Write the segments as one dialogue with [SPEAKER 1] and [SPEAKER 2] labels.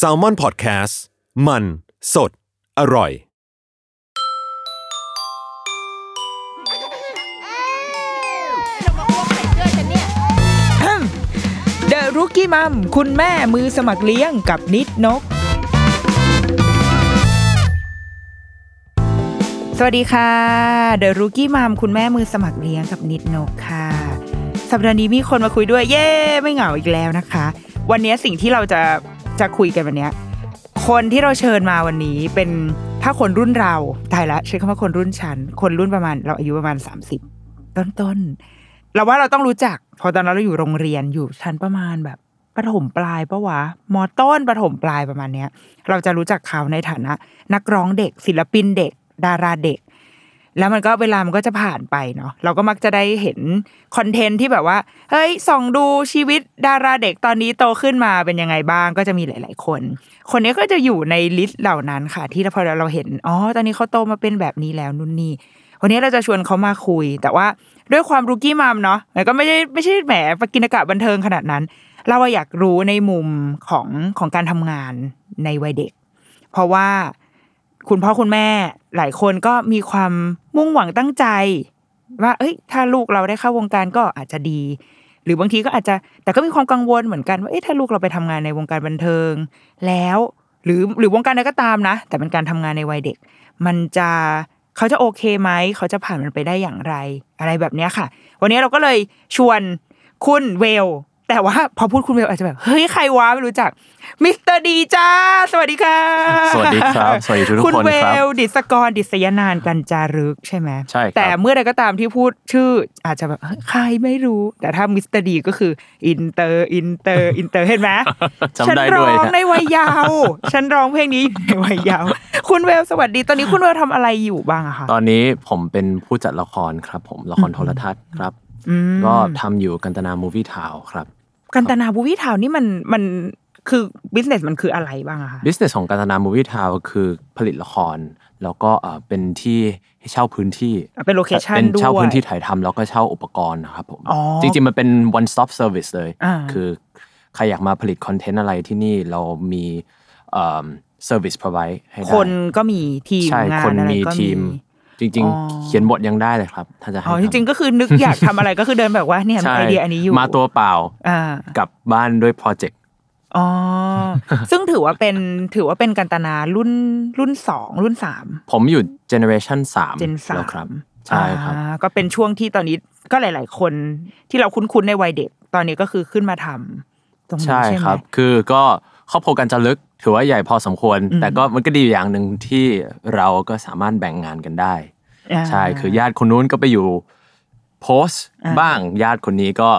[SPEAKER 1] s a l m o n PODCAST มันสดอร่อย
[SPEAKER 2] เดอะรุกี้มัมคุณแม่มือสมัครเลี้ยงกับนิดนก สวัสดีค่ะเดอะรุกี้มัมคุณแม่มือสมัครเลี้ยงกับนิดนกค่ะ สัปดาห์นี้มีคนมาคุยด้วยเย้ไม่เหงาอีกแล้วนะคะ วันนี้สิ่งที่เราจะจะคุยกันวันเนี้ยคนที่เราเชิญมาวันนี้เป็นถ้าคนรุ่นเราตายละใช้คำว่าคนรุ่นฉัน คนรุ่นประมาณเราอายุประมาณ 30 ต้นต้นๆ เราว่าเราต้องรู้จักเพอตอนนั้นเราอยู่โรงเรียนอยู่ชั้นประมาณแบบประถมปลายปะวะมอต้นประถมปลายประมาณเนี้ย เราจะรู้จักเขาในฐานะ นักร้องเด็ก ศิลปินเด็ก ดาราเด็ก แล้วมันก็เวลามันก็จะผ่านไปเนาะเราก็มักจะได้เห็นคอนเทนต์ที่แบบว่า เฮ้ยส่องดูชีวิตดาราเด็กตอนนี้โตขึ้นมาเป็นยังไงบ้างก็จะมีหลาย ๆ คน คนนี้ก็จะอยู่ในลิสต์เหล่านั้นค่ะ ที่พอเราเห็นอ๋อตอนนี้เขาโตมาเป็นแบบนี้แล้วนู่นนี่ วันนี้เราจะชวนเขามาคุย แต่ว่าด้วยความรุกี้มัมเนาะมันก็ไม่ได้ไม่ใช่แหมปกินกะบันเทิงขนาดนั้น เราอะอยากรู้ในมุมของของการทำงานในวัยเด็ก เพราะว่าคุณพ่อคุณแม่หลายคนก็มีความมุ่งหวังตั้งใจ ว่า เอ้ย ถ้าลูกเราได้เข้าวงการก็อาจจะดี หรือบางทีก็อาจจะแต่ก็มีความกังวลเหมือนกันว่าเอ๊ะถ้าลูกเราไปทำงานในวงการบันเทิง แล้ว หรือหรือวงการใดก็ตามนะ แต่เป็นการทำงานในวัยเด็ก มันจะเขาจะโอเคไหม เขาจะผ่านมันไปได้อย่างไร อะไรแบบเนี้ยค่ะ วันนี้เราก็เลยชวนคุณเวล แต่ว่าพอพูดคุณเวลอาจจะแบบ เฮ้ย ใครวะไม่รู้จักมิสเตอร์ดีจ้า สวัสดีค่ะ
[SPEAKER 3] สวัสดีครับสวัสดีทุกๆ
[SPEAKER 2] คุณ
[SPEAKER 3] คน
[SPEAKER 2] เว
[SPEAKER 3] ครับ
[SPEAKER 2] ลดิสกรดิษยานานกันจารึกใช่ไหม
[SPEAKER 3] ใช่ครับ
[SPEAKER 2] แต่เมื่อใดก็ตามที่พูดชื่ออาจจะแบบเฮ้ยใครไม่รู้ แต่ถ้ามิสเตอร์ดีก็คืออินเตอร์อินเตอ ร์อินเตอร์เห็นไหม
[SPEAKER 3] จำได้ด้วย
[SPEAKER 2] ฉันร้อง
[SPEAKER 3] นะ
[SPEAKER 2] ในวัยเยาว ฉันร้องเพลงนี้อยู่ในวัยเยาว คุณเวลสวัสดี ตอนนี้คุณเวลทำอะไรอยู่บ้างอะคะ
[SPEAKER 3] ตอนนี้ผมเป็นผู้จัดละครครับ ผมละครโทรทัศน์ครับ
[SPEAKER 2] อืม
[SPEAKER 3] ก็ทำอยู่กันตนามูฟี่ทาวครับ
[SPEAKER 2] กันตนาบูวิทาวนี่มันมันคือบิสเนสมันคืออะไรบ้างอะคะ
[SPEAKER 3] บิสเนสของกันตนามูฟี่ทาวคือผลิตละคร แล้วก็เอ่อเป็นที่ให้เช่าพื้นที่
[SPEAKER 2] เป็นโลเคชั่น
[SPEAKER 3] เป็น
[SPEAKER 2] ด้วย
[SPEAKER 3] เช่าพื้นที่ถ่ายทำแล้วก็เช่าอุปกรณ์นะครับผม
[SPEAKER 2] อ๋อ
[SPEAKER 3] จริงๆ มันเป็น one stop service เลย
[SPEAKER 2] อ่า
[SPEAKER 3] คือใครอยากมาผลิตคอนเทนต์อะไรที่นี่เรามีเอ่อ service provide ให้ได้
[SPEAKER 2] คนก็มีทีม
[SPEAKER 3] ใช่
[SPEAKER 2] งา
[SPEAKER 3] คน
[SPEAKER 2] นอะไร
[SPEAKER 3] มี
[SPEAKER 2] ก็
[SPEAKER 3] ที
[SPEAKER 2] มี
[SPEAKER 3] ม จริง
[SPEAKER 2] อ๋อ
[SPEAKER 3] ๆ เขียนบทยังได้เลยครับ ถ้าจะให้
[SPEAKER 2] อ๋อจริง ๆ ก็คือนึกอยากทำอะไรก็คือเดินแบบว่าเนี่ยมีไอเดียอันนี้อยู่
[SPEAKER 3] มาตัวเปล่า
[SPEAKER 2] อ่าก
[SPEAKER 3] ลับบ้านด้วยโปรเจกต์
[SPEAKER 2] อ๋อ ซึ่งถือว่าเป็น ถือว่าเป็นกันตนารุ่นรุ่นสองรุ่นสาม
[SPEAKER 3] ผมอยู่เจเนอเรชันสาม
[SPEAKER 2] เจนสา
[SPEAKER 3] แล้ว
[SPEAKER 2] ม
[SPEAKER 3] ครับ ใช่ครับ
[SPEAKER 2] อ่าก็เป็นช่วงที่ตอนนี้ก็หลาย ๆ คนที่เราคุ้น ๆ ในวัยเด็ก ตอนนี้ก็คือขึ้นมาทำตรงนี้
[SPEAKER 3] ใช่
[SPEAKER 2] ใช่ไห
[SPEAKER 3] ค
[SPEAKER 2] ม
[SPEAKER 3] รับ คือก็ครอบครัวกันจะลึก ถือว่าใหญ่พอสมควร แต่ก็มันก็ดีอย่างหนึ่งที่เราก็สามารถแบ่งงานกันได้
[SPEAKER 2] อ่า
[SPEAKER 3] ใช่คือญาติคนนู้นก็ไปอยู่โพสต์
[SPEAKER 2] อ่า
[SPEAKER 3] บ้างญาติคนนี้ก็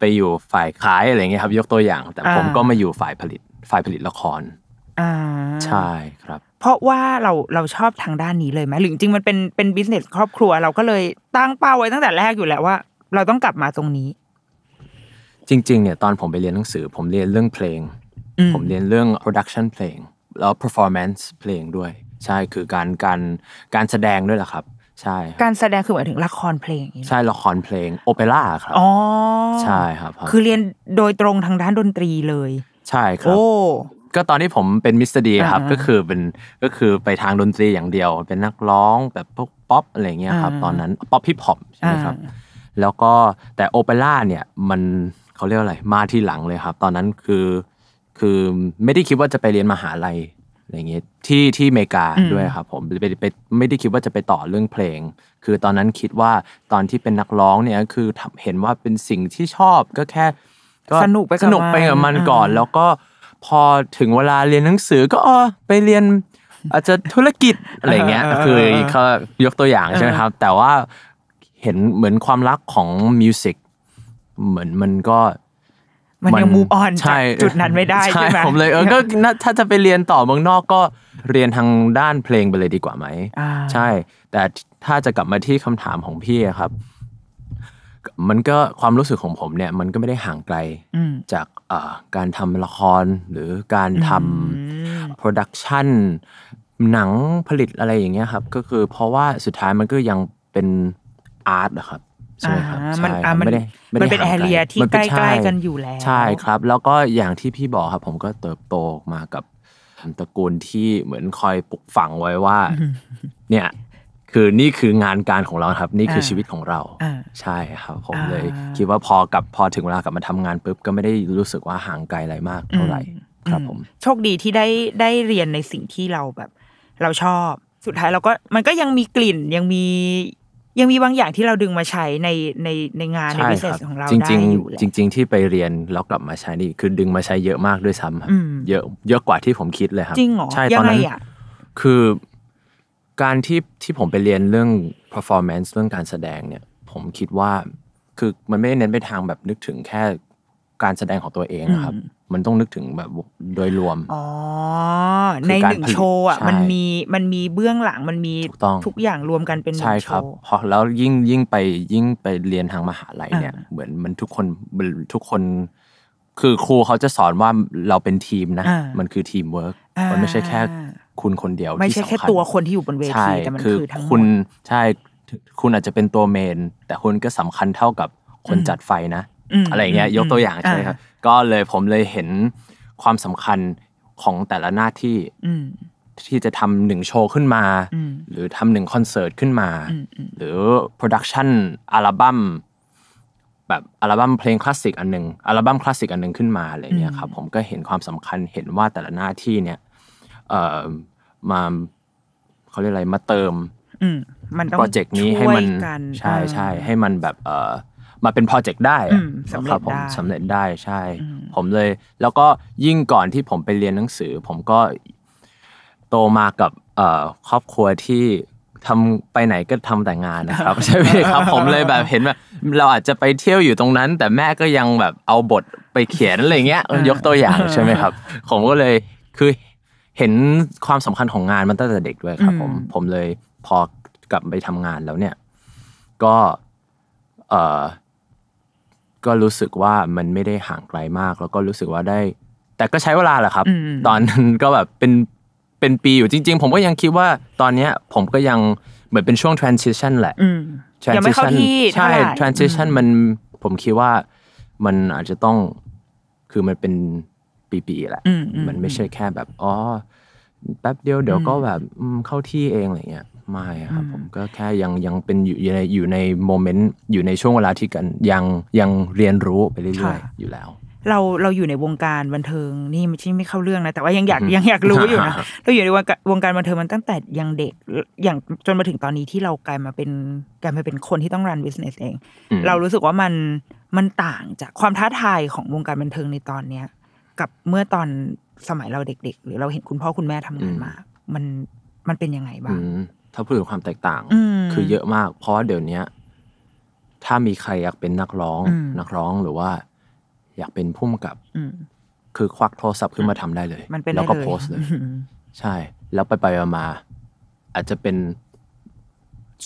[SPEAKER 3] ไปอยู่ฝ่ายขายอะไรเงี้ยครับ ยกตัวอย่าง แต่
[SPEAKER 2] อ่า
[SPEAKER 3] ผมก็มาอยู่ฝ่ายผลิตฝ่ายผลิตละคร
[SPEAKER 2] อ่า
[SPEAKER 3] ใช่ครับ
[SPEAKER 2] เพราะว่าเราเราชอบทางด้านนี้เลยไหมหรือจริงๆมันเป็นเป็นบิสเนสครอบครัวเราก็เลยตั้งเป้าไว้ตั้งแต่แรกอยู่แล้วว่า เราต้องกลับมาตรงนี้
[SPEAKER 3] จริงๆเนี่ยตอนผมไปเรียนหนังสือ ผมเรียนเรื่องเพลง ผมเรียนเรื่อง production เพลง แล้ว performance เพลงด้วย ใช่คือการการการแสดงด้วยล่ะครับ ใช่ครับ
[SPEAKER 2] การแสดงคือหมายถึงละครเพลงอย่างนี้
[SPEAKER 3] ใช่ละครเพลงโอเปร่าครับ
[SPEAKER 2] อ๋อ
[SPEAKER 3] ใช่ครับ
[SPEAKER 2] คือเรียนโดยตรงทางด้านดนตรีเลย
[SPEAKER 3] ใช่ครับ
[SPEAKER 2] โอ้
[SPEAKER 3] ก็ตอนที่ผมเป็นมิสเตอร์ดีครับ
[SPEAKER 2] อ่า
[SPEAKER 3] ก็คือเป็นก็คือไปทางดนตรีอย่างเดียว เป็นนักร้องแบบพวกป๊อปอะไรเงี้ยครับ
[SPEAKER 2] อ่า
[SPEAKER 3] ตอนนั้นป๊อปฮิปฮอปใช่ไหมครับ แล้วก็แต่โอเปร่าเนี่ยมันเขาเรียกว่าอะไรมาที่หลังเลยครับ ตอนนั้นคือคือไม่ได้คิดว่าจะไปเรียนมหาลัยอะไรเงี้ยที่ที่อเมริกา
[SPEAKER 2] อืม
[SPEAKER 3] ด้วยครับผมไปไปไม่ได้คิดว่าจะไปต่อเรื่องเพลง คือตอนนั้นคิดว่าตอนที่เป็นนักร้องเนี่ยคือทำเห็นว่าเป็นสิ่งที่ชอบก็แค่
[SPEAKER 2] สนุกไปกับ
[SPEAKER 3] สนุกไปกับ
[SPEAKER 2] มั
[SPEAKER 3] มัน น
[SPEAKER 2] อ่า
[SPEAKER 3] ก่อน แล้วก็พอถึงเวลาเรียนหนังสือก็เออไปเรียนอาจจะธุรกิจอะไรเงี้ย คือเขายกตัวอย่างใช่ไหมครับ แต่ว่าเห็นเหมือนความรักของมิวสิกเหมือนมันก็
[SPEAKER 2] มันยังมูฟออน
[SPEAKER 3] ใช่
[SPEAKER 2] จุดนั้นไม่ได้ใช่ไหม
[SPEAKER 3] ผมเลยเออก็น่าถ้าจะไปเรียนต่อเมืองนอกก็เรียนทางด้านเพลงไปเลยดีกว่าไหม
[SPEAKER 2] อ่า
[SPEAKER 3] ใช่ แต่ถ้าจะกลับมาที่คำถามของพี่อะครับ มันก็ความรู้สึกของผมเนี่ย มันก็ไม่ได้ห่างไกล
[SPEAKER 2] อืม
[SPEAKER 3] จากเอ่อการทำละครหรือการ
[SPEAKER 2] อื
[SPEAKER 3] ทำ
[SPEAKER 2] ม
[SPEAKER 3] โปรดักชันหนังผลิตอะไรอย่างเงี้ยครับ ก็คือเพราะว่าสุดท้ายมันก็ยังเป็นอาร์ตนะครับใช่ไหมครับ
[SPEAKER 2] อ่า
[SPEAKER 3] ใช่
[SPEAKER 2] มัน
[SPEAKER 3] ค
[SPEAKER 2] อ่า
[SPEAKER 3] รับ
[SPEAKER 2] มัน
[SPEAKER 3] ไม่ได้ไม่
[SPEAKER 2] มัน
[SPEAKER 3] ได้
[SPEAKER 2] เป็น
[SPEAKER 3] ห่างไล
[SPEAKER 2] area ที่
[SPEAKER 3] มันเป็น
[SPEAKER 2] ใกล้ๆ
[SPEAKER 3] ช่
[SPEAKER 2] กันอยู่แล้ว
[SPEAKER 3] ใช่ครับ แล้วก็อย่างที่พี่บอกครับ ผมก็เติบโตมากับตระกูลที่เหมือนคอยปลุกฝังไว้ ว่า เนี่ยคือนี่คืองานการของเราครับ นี่คืออา ชีวิตของเรา
[SPEAKER 2] อ่า
[SPEAKER 3] ใช่ครับผม
[SPEAKER 2] อ่า
[SPEAKER 3] เลยคิดว่าพอกลับพอถึงเวลากลับมาทำงานปุ๊บก็ไม่ได้รู้สึกว่าห่างไกลอะไรมากเท่าไหร่ครับผม
[SPEAKER 2] โชคดีที่ได้ได้เรียนในสิ่งที่เราแบบ เราชอบสุดท้ายเราก็มันก็ยังมีกลิ่นยังมี ยังมีบางอย่างที่เราดึงมาใช้ในในในงานในวิเศษของเรา
[SPEAKER 3] จ
[SPEAKER 2] ได้
[SPEAKER 3] ริง
[SPEAKER 2] อยู่แหละ
[SPEAKER 3] ๆจริง ๆ ที่ไปเรียนแล้วกลับมาใช้นี่คือดึงมาใช้เยอะมากด้วยซ้ำครับ
[SPEAKER 2] อืม
[SPEAKER 3] เยอะเยอะกว่าที่ผมคิดเลยครับ
[SPEAKER 2] จริงเหรอ
[SPEAKER 3] ใช่
[SPEAKER 2] ยั
[SPEAKER 3] ตอน
[SPEAKER 2] งไง
[SPEAKER 3] นั้น
[SPEAKER 2] อ่ะ
[SPEAKER 3] คือการที่ที่ผมไปเรียนเรื่อง performance เรื่องการแสดงเนี่ย ผมคิดว่าคือมันไม่ได้เน้นไปทางแบบนึกถึงแค่การแสดงของตัวเองนะครับ มันต้องนึกถึงแบบโดยรวม
[SPEAKER 2] อ๋อ
[SPEAKER 3] คือ
[SPEAKER 2] ใน
[SPEAKER 3] การ
[SPEAKER 2] หนึ่งโชว์อ่ะ
[SPEAKER 3] ผลิตใช่
[SPEAKER 2] มันมีมันมีเบื้องหลังมันมี
[SPEAKER 3] ถูกต้อง
[SPEAKER 2] ทุกอย่างรวมกันเป็นหนึ่
[SPEAKER 3] ใช่
[SPEAKER 2] งโช
[SPEAKER 3] ครับ
[SPEAKER 2] ว์
[SPEAKER 3] พอแล้วยิ่งยิ่งไปยิ่งไปเรียนทางมหาลัยเนี่ย
[SPEAKER 2] อ่า
[SPEAKER 3] เหมือนมันทุกคนทุกคน คือครูเขาจะสอนว่าเราเป็นทีมนะ
[SPEAKER 2] อ่ามั
[SPEAKER 3] มันคือทีมเวิร์ก
[SPEAKER 2] อ่ามั
[SPEAKER 3] มันไม่ใช่แค่คุณคนเดียว
[SPEAKER 2] ไม่ใช่
[SPEAKER 3] ที่สำ
[SPEAKER 2] แค่
[SPEAKER 3] ญ
[SPEAKER 2] ตัวคนที่อยู่บนเว
[SPEAKER 3] ใช่
[SPEAKER 2] ทีแต่มันคือทั้งหม
[SPEAKER 3] คุณ
[SPEAKER 2] ด
[SPEAKER 3] ใช่ถึงคุณอาจจะเป็นตัวเมน แต่คุณก็สำคัญเท่ากับคนจัดไฟนะ
[SPEAKER 2] อืม
[SPEAKER 3] อะไรอย่างเงี้ย
[SPEAKER 2] อืม
[SPEAKER 3] ยกตัวอย่างใช่ไหมครับ ก็เลยผมเลยเห็นความสำคัญของแต่ละหน้าที่
[SPEAKER 2] อืม
[SPEAKER 3] ที่จะทำหนึ่งโชว์ขึ้นมา
[SPEAKER 2] อืม
[SPEAKER 3] หรือทำหนึ่งคอนเสิร์ตขึ้นมา
[SPEAKER 2] อืมอืม
[SPEAKER 3] หรือโปรดักชันอัลบั้มแบบอัลบั้มเพลงคลาสสิกอันหนึ่งอัลบั้มคลาสสิกอันหนึ่งขึ้นมาอะไรเงี้ยครับผมก็เห็นความสำคัญเห็นว่าแต่ละหน้าที่เนี่ยเอ่อมาเขาเรียกอะไรมาเติม
[SPEAKER 2] อืมมันต้อง
[SPEAKER 3] โปรเจกต์นี้ให้มัน
[SPEAKER 2] ช่วยกัน
[SPEAKER 3] ใช่ใช่
[SPEAKER 2] เออ
[SPEAKER 3] ให้มันแบบเอ่อมาเป็นโปรเจกต์ได้
[SPEAKER 2] อื
[SPEAKER 3] อะ
[SPEAKER 2] มสำเร็จ
[SPEAKER 3] คบผม
[SPEAKER 2] ได้
[SPEAKER 3] สำเร็จได้ใช่ ผมเลย แล้วก็ยิ่งก่อนที่ผมไปเรียนหนังสือ ผมก็ โตมากับเอ่อครอบครัวที่ทำไปไหนก็ทำแต่งานนะครับ ใช่ไหมครับ ผมเลยแบบเห็นแบบเราอาจจะไปเที่ยวอยู่ตรงนั้น แต่แม่ก็ยังแบบเอาบทไปเขียนอะไรเงี้ยยกตัวอย่างใช่ไหมครับ ผมก็เลยคือเห็นความสำคัญของงานมันตั้งแต่เด็กด้วยครับ ผมผมเลยพอกลับไปทำงานแล้วเนี่ย ก็เอ่อ ก็รู้สึกว่ามันไม่ได้ห่างไกลมาก แล้วก็รู้สึกว่าได้ แต่ก็ใช้เวลาแหละครับ ตอนนั้นก็แบบเป็นเป็นปีอยู่จริง ๆ ผมก็ยังคิดว่าตอนเนี้ยผมก็ยังเหมือนเป็นช่วง transition แหละ
[SPEAKER 2] อืมยังไม่เข้า
[SPEAKER 3] transition
[SPEAKER 2] ที่
[SPEAKER 3] ใช่
[SPEAKER 2] เท่าไหร่
[SPEAKER 3] transition มันผมคิดว่ามันอาจจะต้องคือมันเป็นปีๆแหละ
[SPEAKER 2] อืมอืม
[SPEAKER 3] มันไม่ใช่แค่แบบอ๋อแป๊บเดียวเดี๋ยวก็แบบอืมเข้าที่เองอะไรเงี้ยไม่ครับผมก็แค่ยังยังเป็นอยู่อยู่ในอยู่ในโมเมนต์อยู่ในช่วงเวลาที่กันยังยังเรียนรู้ไปเรื่อย
[SPEAKER 2] ค่ะ
[SPEAKER 3] ๆอยู่แล้ว
[SPEAKER 2] เราเราอยู่ในวงการบันเทิงนี่ไม่ใช่ไม่เข้าเรื่องนะแต่ว่ายังอยากยังอยากรู้อยู่ นะ เราอยู่ในวงการวงการบันเทิงมันตั้งแต่ยังเด็กอย่างจนมาถึงตอนนี้ที่เรากลายมาเป็นกลายมาเป็นคนที่ต้องรันบิสเนสเอง
[SPEAKER 3] อืม
[SPEAKER 2] เรารู้สึกว่ามันมันต่างจากความท้าทายของวงการบันเทิงในตอนเนี้ย กับเมื่อตอนสมัยเราเด็ก ๆ หรือเราเห็นคุณพ่อคุณแม่ทำงานมา มันมันเป็นยังไงบ้าง
[SPEAKER 3] อืมถ้าพูดถึงความแตกต่าง
[SPEAKER 2] อืม
[SPEAKER 3] คือเยอะมาก เพราะว่าเดี๋ยวเนี้ยถ้ามีใครอยากเป็นนักร้อง
[SPEAKER 2] อืม
[SPEAKER 3] นักร้องหรือว่า อยากเป็นผู้กำกับ
[SPEAKER 2] อืม
[SPEAKER 3] คือควักโทรศัพท์ขึ้นมาทำได้เลย
[SPEAKER 2] มันเป็นได้
[SPEAKER 3] แล้วก็
[SPEAKER 2] เลย
[SPEAKER 3] โพสต์เลย ใช่ แล้วไปไปๆมาๆอาจจะเป็น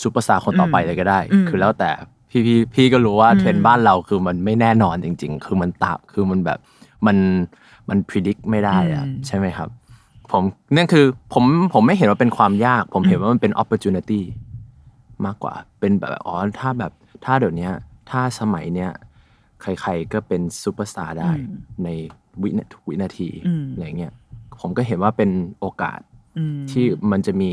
[SPEAKER 3] ซูเปอร์สตาร์คนต่อไปเลยก็ได้ คือแล้วแต่พี่พี่พี่ก็รู้ว่าเทรนด์บ้านเราคือมันไม่แน่นอนจริง ๆ คือมันตาคือมันแบบมันมันพิจิตรไม่ได้อะใช่ไหมครับ ผมนั่นคือผมผมไม่เห็นว่าเป็นความยาก ผมเห็นว่ามันเป็น opportunity มากกว่า เป็นแบบอ๋อถ้าแบบถ้าเดี๋ยวเนี้ย ถ้าสมัยเนี้ยใครๆก็เป็นซูเปอร์สตาร์ได้ในวินาทุกวินาทีอะไรเงี้ยผมก็เห็นว่าเป็นโอกาส
[SPEAKER 2] อืม
[SPEAKER 3] ที่มันจะมี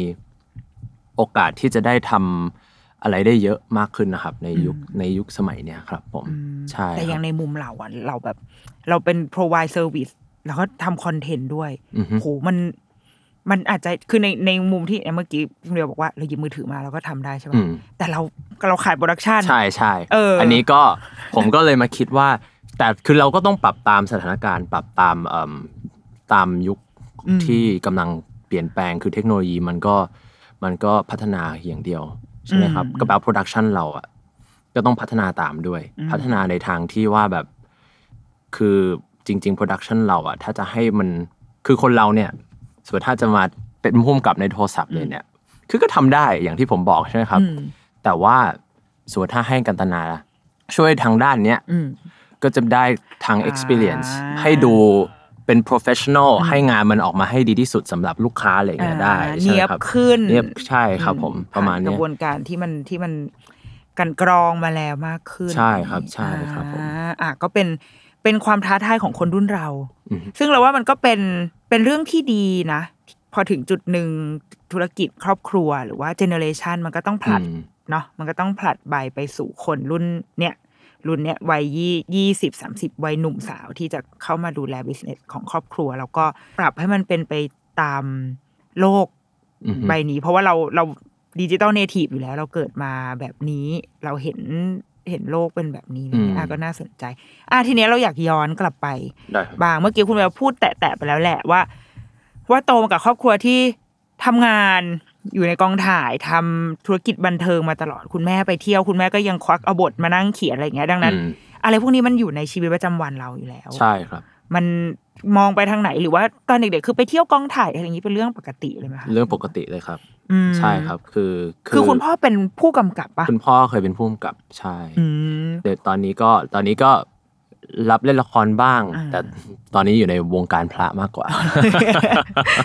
[SPEAKER 3] โอกาสที่จะได้ทำอะไรได้เยอะมากขึ้นนะครับ ในยุคในยุคสมัยเนี้ยครับ ผมใช่
[SPEAKER 2] แต่
[SPEAKER 3] ค
[SPEAKER 2] อ
[SPEAKER 3] รั
[SPEAKER 2] ยั
[SPEAKER 3] บ
[SPEAKER 2] งในมุมเราอะเราแบบ เราเป็น provide service แล้วก็ทำคอนเทนต์ด้วย
[SPEAKER 3] อือฮึ
[SPEAKER 2] โหมัน มันอาจจะคือในในมุมที่เมื่อกี้พี่เรียวบอกว่าเราหยิบมือถือมาเราก็ทำได้ใช่
[SPEAKER 3] อื
[SPEAKER 2] ป่ะ
[SPEAKER 3] ม
[SPEAKER 2] แต่เราเราขายโปรดักชัน
[SPEAKER 3] ใช่ใช่
[SPEAKER 2] เอออั
[SPEAKER 3] นนี้ก็ ผมก็เลยมาคิดว่า แต่คือเราก็ต้องปรับตามสถานการณ์ ปรับตามเอิ่มตามยุคที่กำลังเปลี่ยนแปลงคือเทคโนโลยีมันก็มันก็พัฒนาอย่างเดียวใช่ไหมครับกระเป๋าโปรดักชันเราอ่ะก็ต้องพัฒนาตามด้วย พัฒนาในทางที่ว่าแบบ คือจริง ๆ โปรดักชันเราอะถ้าจะให้มันคือคนเราเนี่ยสมมติถ้าจะมาเป็นพุ่มกับในโทรศัพท์เลยเนี่ย คือก็ทำได้อย่างที่ผมบอกใช่ไหมครับ
[SPEAKER 2] อืม
[SPEAKER 3] แต่ว่าสมมติถ้าให้กันตนาล่ะช่วยทางด้านเนี้ย
[SPEAKER 2] อืม
[SPEAKER 3] ก็จะได้ทาง experience
[SPEAKER 2] อ่า
[SPEAKER 3] ให้ดูเป็น professional ให้งานมันออกมาให้ดีที่สุดสำหรับลูกค้าอะไรอย่างเงี้ย
[SPEAKER 2] อ่า
[SPEAKER 3] ได้ใช่ไหมครับ
[SPEAKER 2] เนียบขึ้น
[SPEAKER 3] เนียบใช่ครับผมประมาณ
[SPEAKER 2] ผ่นก
[SPEAKER 3] เนี้ย
[SPEAKER 2] ระบวนการที่มันที่มันกลันกรองมาแล้วมากขึ้น
[SPEAKER 3] ใช่ครับใช่ครับผม
[SPEAKER 2] อ่าอ่ะก็เป็นเป็นความท้าทายของคนรุ่นเรา
[SPEAKER 3] อือฮึ
[SPEAKER 2] ซึ่งเราว่ามันก็เป็นเป็นเรื่องที่ดีนะ พอถึงจุดหนึ่งธุรกิจครอบครัวหรือว่าเจเนอเรชันมันก็ต้องผลัด
[SPEAKER 3] อืม
[SPEAKER 2] เนาะมันก็ต้องผลัดใบไปสู่คนรุ่นเนี่ยรุ่นเนี่ยวัยยี่ยี่สิบสามสิบวัยหนุ่มสาวที่จะเข้ามาดูแลบิสเนสของครอบครัว แล้วก็ปรับให้มันเป็นไปตามโลก
[SPEAKER 3] อือฮึ
[SPEAKER 2] ใบนี้ เพราะว่าเราเราดิจิตอลเนทีฟอยู่แล้ว เราเกิดมาแบบนี้เราเห็นเห็นโลกเป็นแบบนี้อะไรเงี้ยอ่ะก็น่าสนใจ อ่ะทีเนี้ยเราอยากย้อนกลับไป
[SPEAKER 3] ได้ครับ
[SPEAKER 2] บางเมื่อกี้คุณแววพูดแตะๆไปแล้วแหละว่า ว่าโตมากับครอบครัวที่ทำงานอยู่ในกองถ่ายทำธุรกิจบันเทิงมาตลอดคุณแม่ไปเที่ยวคุณแม่ก็ยังควักเอาบทมานั่งเขียนอะไรอย่างเงี้ยดังนั้น
[SPEAKER 3] อืม
[SPEAKER 2] อะไรพวกนี้มันอยู่ในชีวิตประจำวันเราอยู่แล้ว
[SPEAKER 3] ใช่ครับ
[SPEAKER 2] มันมองไปทางไหนหรือว่าตอนเด็กๆคือไปเที่ยวกองถ่ายอะไรอย่างนี้เป็นเรื่องปกติเลยไหมคะ
[SPEAKER 3] เรื่องปกติเลยครับ
[SPEAKER 2] อืม
[SPEAKER 3] ใช่ครับ คือ
[SPEAKER 2] คือคุณพ่อเป็นผู้กำกับปะ
[SPEAKER 3] คุณพ่อเคยเป็นผู้กำกับใช่
[SPEAKER 2] อืม
[SPEAKER 3] แต่ตอนนี้ก็ตอนนี้ก็รับเล่นละครบ้าง
[SPEAKER 2] อ่า
[SPEAKER 3] แต่ตอนนี้อยู่ในวงการพระมากกว่า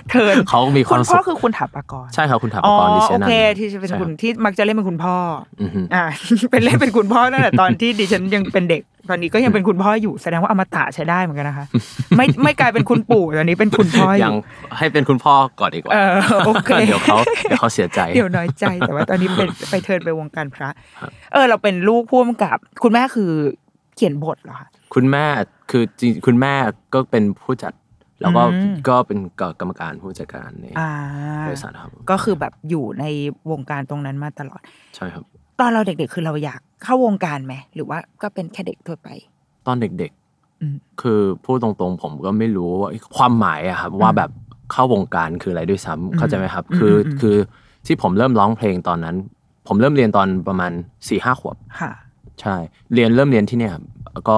[SPEAKER 2] เทิร์น
[SPEAKER 3] เขามีค
[SPEAKER 2] คุ
[SPEAKER 3] วาม
[SPEAKER 2] ณ
[SPEAKER 3] สุ
[SPEAKER 2] พ่อ
[SPEAKER 3] ข
[SPEAKER 2] คือคุณถับปกรณ์
[SPEAKER 3] ใช่ครับคุณถาป
[SPEAKER 2] อ๋อก
[SPEAKER 3] รดิเช
[SPEAKER 2] โอ
[SPEAKER 3] นัน
[SPEAKER 2] เคที่จะเป็น
[SPEAKER 3] ใช่
[SPEAKER 2] คุณ
[SPEAKER 3] รับ
[SPEAKER 2] ที่มักจะเล่นเป็นคุณพ่อ
[SPEAKER 3] อือฮึ
[SPEAKER 2] อ่า เป็นเล่นเป็นคุณพ่อตั้งแต่ตอนที่ดิฉันยังเป็นเด็ก ตอนนี้ก็ยังเป็นคุณพ่ออยู่แสดงว่าอมตะใช้ได้เหมือนกันนะคะ ไม่ไม่กลายเป็นคุณปู่ตอนนี้เป็นคุณพ่ออ
[SPEAKER 3] ยัง
[SPEAKER 2] ยู่
[SPEAKER 3] ให้เป็นคุณพ่อก่อนดีกว่า
[SPEAKER 2] เออโอเค
[SPEAKER 3] เดี๋ยวเขาเดี๋ยวเขาเสียใจ
[SPEAKER 2] เดี๋ยวน้อยใจแต่ว่าตอนนี้เป็นไปเทิร์นไปวงการพระ เออ เราเป็นลูกพ่วงกับ คุณแม่คือเขียนบทเหรอคะ
[SPEAKER 3] คุณแม่คือจริงคุณแม่ก็เป็นผู้จัด แล้วก็
[SPEAKER 2] อืม
[SPEAKER 3] ก็เป็นกรรมการผู้จัดการใน
[SPEAKER 2] อ่า
[SPEAKER 3] บริษัทครับ
[SPEAKER 2] ก็คือแบบอยู่ในวงการตรงนั้นมาตลอด
[SPEAKER 3] ใช่ครับ
[SPEAKER 2] ตอนเราเด็กๆ คือเราอยากเข้าวงการไหมหรือว่าก็เป็นแค่เด็กทั่วไป
[SPEAKER 3] ตอนเด็ก
[SPEAKER 2] อืม
[SPEAKER 3] ๆ คือพูดตรงๆ ผมก็ไม่รู้ว่าความหมายอะครับว่าแบบเข้าวงการคืออะไรด้วยซ้ำเข้าใจไหมครับ
[SPEAKER 2] อืม
[SPEAKER 3] คืออ
[SPEAKER 2] ม
[SPEAKER 3] คือที่ผมเริ่มร้องเพลงตอนนั้น ผมเริ่มเรียนตอนประมาณสี่ห้าขวบ
[SPEAKER 2] ค่ะ
[SPEAKER 3] ใช่ เรียนเริ่มเรียนที่เนี่ยครับแล้วก็